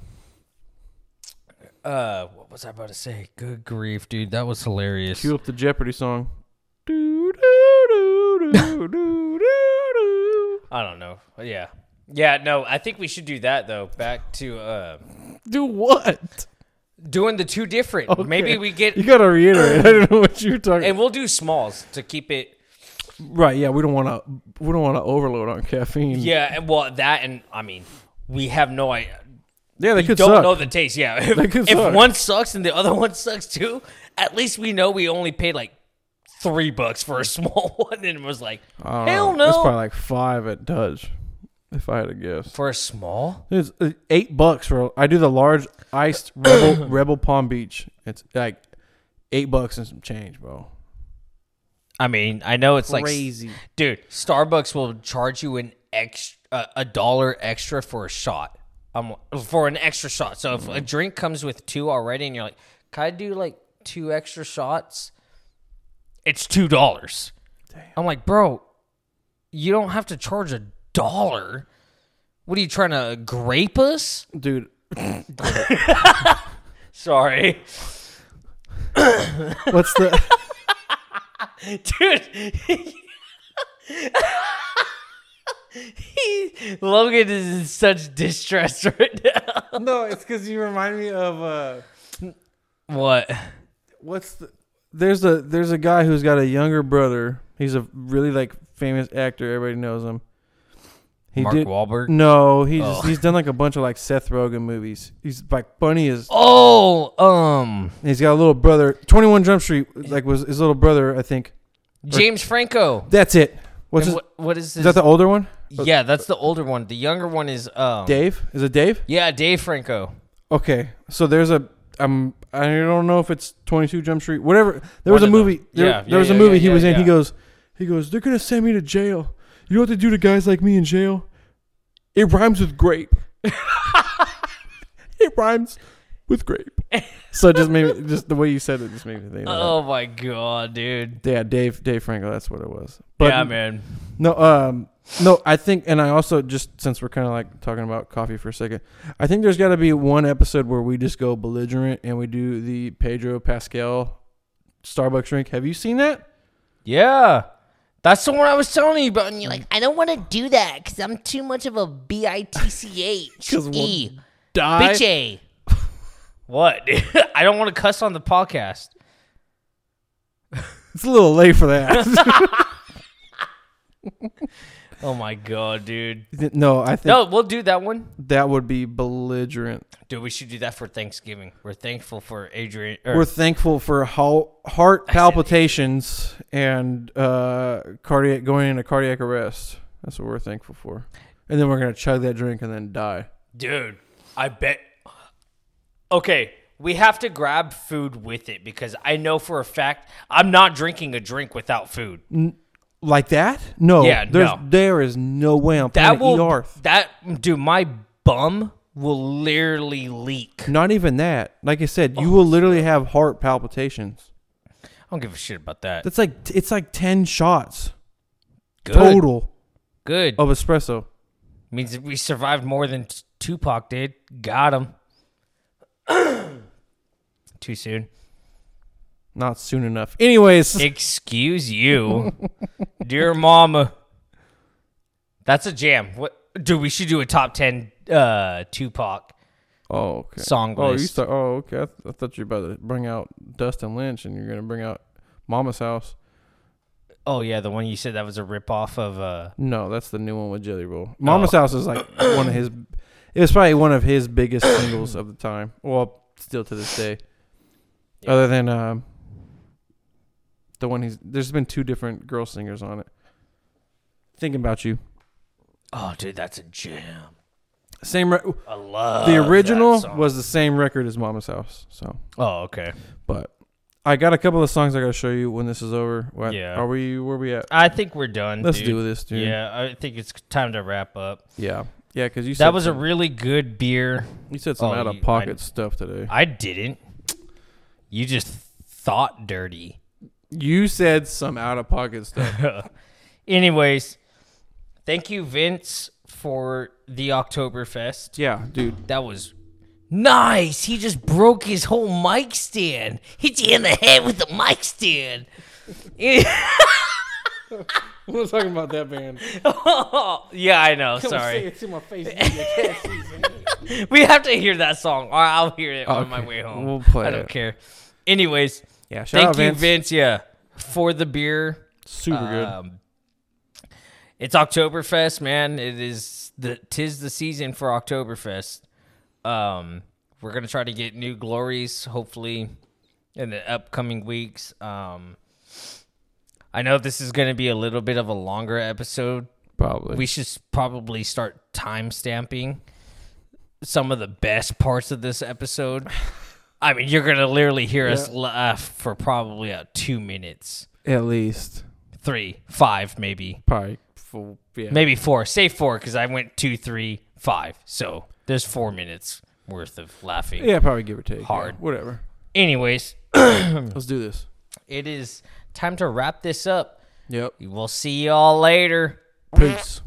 S2: uh, what was I about to say? Good grief, dude, that was hilarious.
S1: Cue up the Jeopardy song. Do, do, do, do, do, do,
S2: I don't know. Yeah, yeah. No, I think we should do that though. Back to uh,
S1: do. Do what?
S2: doing the two different. Maybe we
S1: [laughs] You
S2: get
S1: gotta reiterate. I don't know what you're talking.
S2: and we'll do smalls to keep it.
S1: right? Yeah, we don't want to. We don't want to overload on caffeine.
S2: Yeah, and well, that and I mean, we have no idea.
S1: yeah, they could
S2: Don't
S1: suck.
S2: know the taste. Yeah,
S1: [laughs]
S2: if,
S1: That
S2: [laughs]
S1: could
S2: if
S1: suck.
S2: one sucks and the other one sucks too, at least we know we only paid like three bucks for a [laughs] small one, and it was like,
S1: I don't
S2: hell
S1: know. It's
S2: no.
S1: probably like five at Dutch, if I had to guess.
S2: For a small?
S1: It's uh, eight bucks for. I do the large
S2: [coughs]
S1: iced Rebel Rebel Palm Beach. It's like eight bucks and some change, bro.
S2: I mean, I know it's like dude, Starbucks will charge you an extra uh, a dollar extra for a shot. Um, for an extra shot. So if a drink comes with two already, and you're like, "Can I do like two extra shots?" It's two dollars. I'm like, bro, you don't have to charge a dollar. What are you trying to grape us?
S1: dude.
S2: Sorry,
S1: What's
S2: [laughs]
S1: the? [laughs]
S2: dude. He- Logan is in such distress right now.
S1: no, it's because you remind me of uh,
S2: What?
S1: what's the? There's a there's a guy who's got a younger brother. He's a really like famous actor. Everybody knows him. He
S2: Mark
S1: did.
S2: Wahlberg?
S1: No, he just,
S2: Oh.
S1: he's done like a bunch of like Seth Rogen movies. He's like funny as
S2: Oh, um,
S1: And he's got a little brother. Twenty One Jump Street, like was his little brother, I think.
S2: James Franco.
S1: That's it. What's
S2: And
S1: his,
S2: what, what is
S1: is
S2: this?
S1: that the older one?
S2: yeah, that's the older one. The younger one is um,
S1: Dave? Is it Dave?
S2: Yeah, Dave Franco.
S1: Okay, so there's a um, I don't know if it's Twenty Two Jump Street, whatever. There was
S2: One of them.
S1: a movie. There,
S2: Yeah,
S1: there
S2: yeah,
S1: was
S2: yeah,
S1: a movie
S2: yeah,
S1: he
S2: yeah,
S1: was in. He
S2: yeah.
S1: goes, he goes. They're gonna send me to jail. You know what they do to guys like me in jail? It rhymes
S2: [laughs]
S1: with grape. it rhymes with grape. So it just made me, just the way you said it just made me think. Of
S2: [laughs]
S1: that.
S2: Oh my god, dude.
S1: Yeah, Dave Dave Franco. That's what it was.
S2: yeah, man.
S1: No, um, no, I think, and I also just since we're kind of like talking about coffee for a second, I think there's got to be one episode where we just go belligerent and we do the Pedro Pascal Starbucks drink. Have you seen that?
S2: Yeah, that's the one I was telling you about. And you're like,
S5: I don't want to do that because I'm too much of a B I T C
S2: [laughs]
S5: H E
S1: Die.
S5: bitch A.
S2: what? [laughs] I don't want to cuss on the podcast.
S1: It's a little late for that. [laughs]
S2: Oh my god, dude.
S1: no, I think
S2: No, we'll do that one.
S1: that would be belligerent.
S2: Dude, we should do that for Thanksgiving. We're thankful for Adrian. or-
S1: We're thankful for how heart palpitations and uh, cardiac going into cardiac arrest. That's what we're thankful for. And then we're gonna chug that drink and then die.
S2: Dude, I bet okay, we have to grab food with it because I know for a fact I'm not drinking a drink without food.
S1: Like that? No.
S2: Yeah,
S1: there's,
S2: no.
S1: There is no way I'm
S2: That
S1: playing
S2: will
S1: Earth.
S2: that dude, my bum will literally leak. I
S1: Not even that. Like I said,
S2: Oh,
S1: you will literally have heart palpitations.
S2: don't give a shit about that.
S1: That's like it's like ten shots
S2: good.
S1: total
S2: Good.
S1: of espresso.
S2: Means that we survived more than T- Tupac did. Got him. [clears throat] Too soon.
S1: Not soon enough. Anyways,
S2: Excuse
S1: [laughs]
S2: you, dear mama. That's a jam. What, dude? We should do a top ten uh Tupac.
S1: oh okay.
S2: Song
S1: Oh, you
S2: list.
S1: start. Oh, okay. I, th- I thought you were about to bring out Dustin Lynch, and you're gonna bring out Mama's House.
S2: Oh yeah, the one you said that was a ripoff of. uh
S1: No, that's the new one with Jelly Roll. Oh. Mama's House is like [coughs] one of his. It was probably one of his biggest singles of the time. Well, still to this day. Other than um, the one he's there's been two different girl singers on it. Thinking about you,
S2: Oh, dude, that's a jam.
S1: same. Re-
S2: I love
S1: the
S2: Uh, that
S1: original
S2: song.
S1: was the same record as Mama's House. So,
S2: Oh, okay.
S1: but I got a couple of songs I gotta show you when this is over. What,
S2: Yeah.
S1: Are we? Where we at?
S2: I think we're done.
S1: Let's
S2: dude.
S1: do this, dude.
S2: Yeah, I think it's time to wrap up.
S1: Yeah. Yeah, because you said
S2: That was a
S1: some-
S2: really good beer.
S1: you said some
S2: Oh,
S1: out of
S2: you-
S1: pocket
S2: I-
S1: stuff today.
S2: I didn't. You just thought dirty.
S1: You said some out of pocket stuff.
S2: Anyways, thank you, Vince, for the Oktoberfest.
S1: [laughs] yeah, dude.
S2: That was nice. He just broke his whole mic stand. Hit you in the head with the mic stand.
S1: [laughs]
S2: [laughs]
S1: We're not talking about that band.
S2: [laughs] yeah, I know. sorry.
S1: it to my face.
S2: [laughs] We have to hear that song, or I'll hear it on my
S1: Okay,
S2: way home.
S1: we'll play
S2: I don't
S1: it.
S2: care. Anyways,
S1: Yeah, shout
S2: thank
S1: out
S2: you,
S1: Vince. Uh,
S2: Vince. Yeah, for the beer.
S1: Super good.
S2: Um, it's Oktoberfest, man. It is the tis the season for Oktoberfest. Um, we're gonna try to get new glories, hopefully, in the upcoming weeks. Um, I know this is gonna be a little bit of a longer episode.
S1: Probably.
S2: We should s- probably start time stamping some of the best parts of this episode. I mean, you're gonna literally hear us laugh for probably uh, two minutes
S1: At least.
S2: three, five, maybe,
S1: Probably. Full, yeah.
S2: maybe four. Say four because I went two, three, five. So there's four minutes worth of laughing.
S1: Yeah, probably give or take. yeah,
S2: Hard.
S1: whatever.
S2: Anyways,
S1: Let's do this.
S2: it is time to wrap this up.
S1: Yep.
S2: We'll see y'all later.
S1: Peace.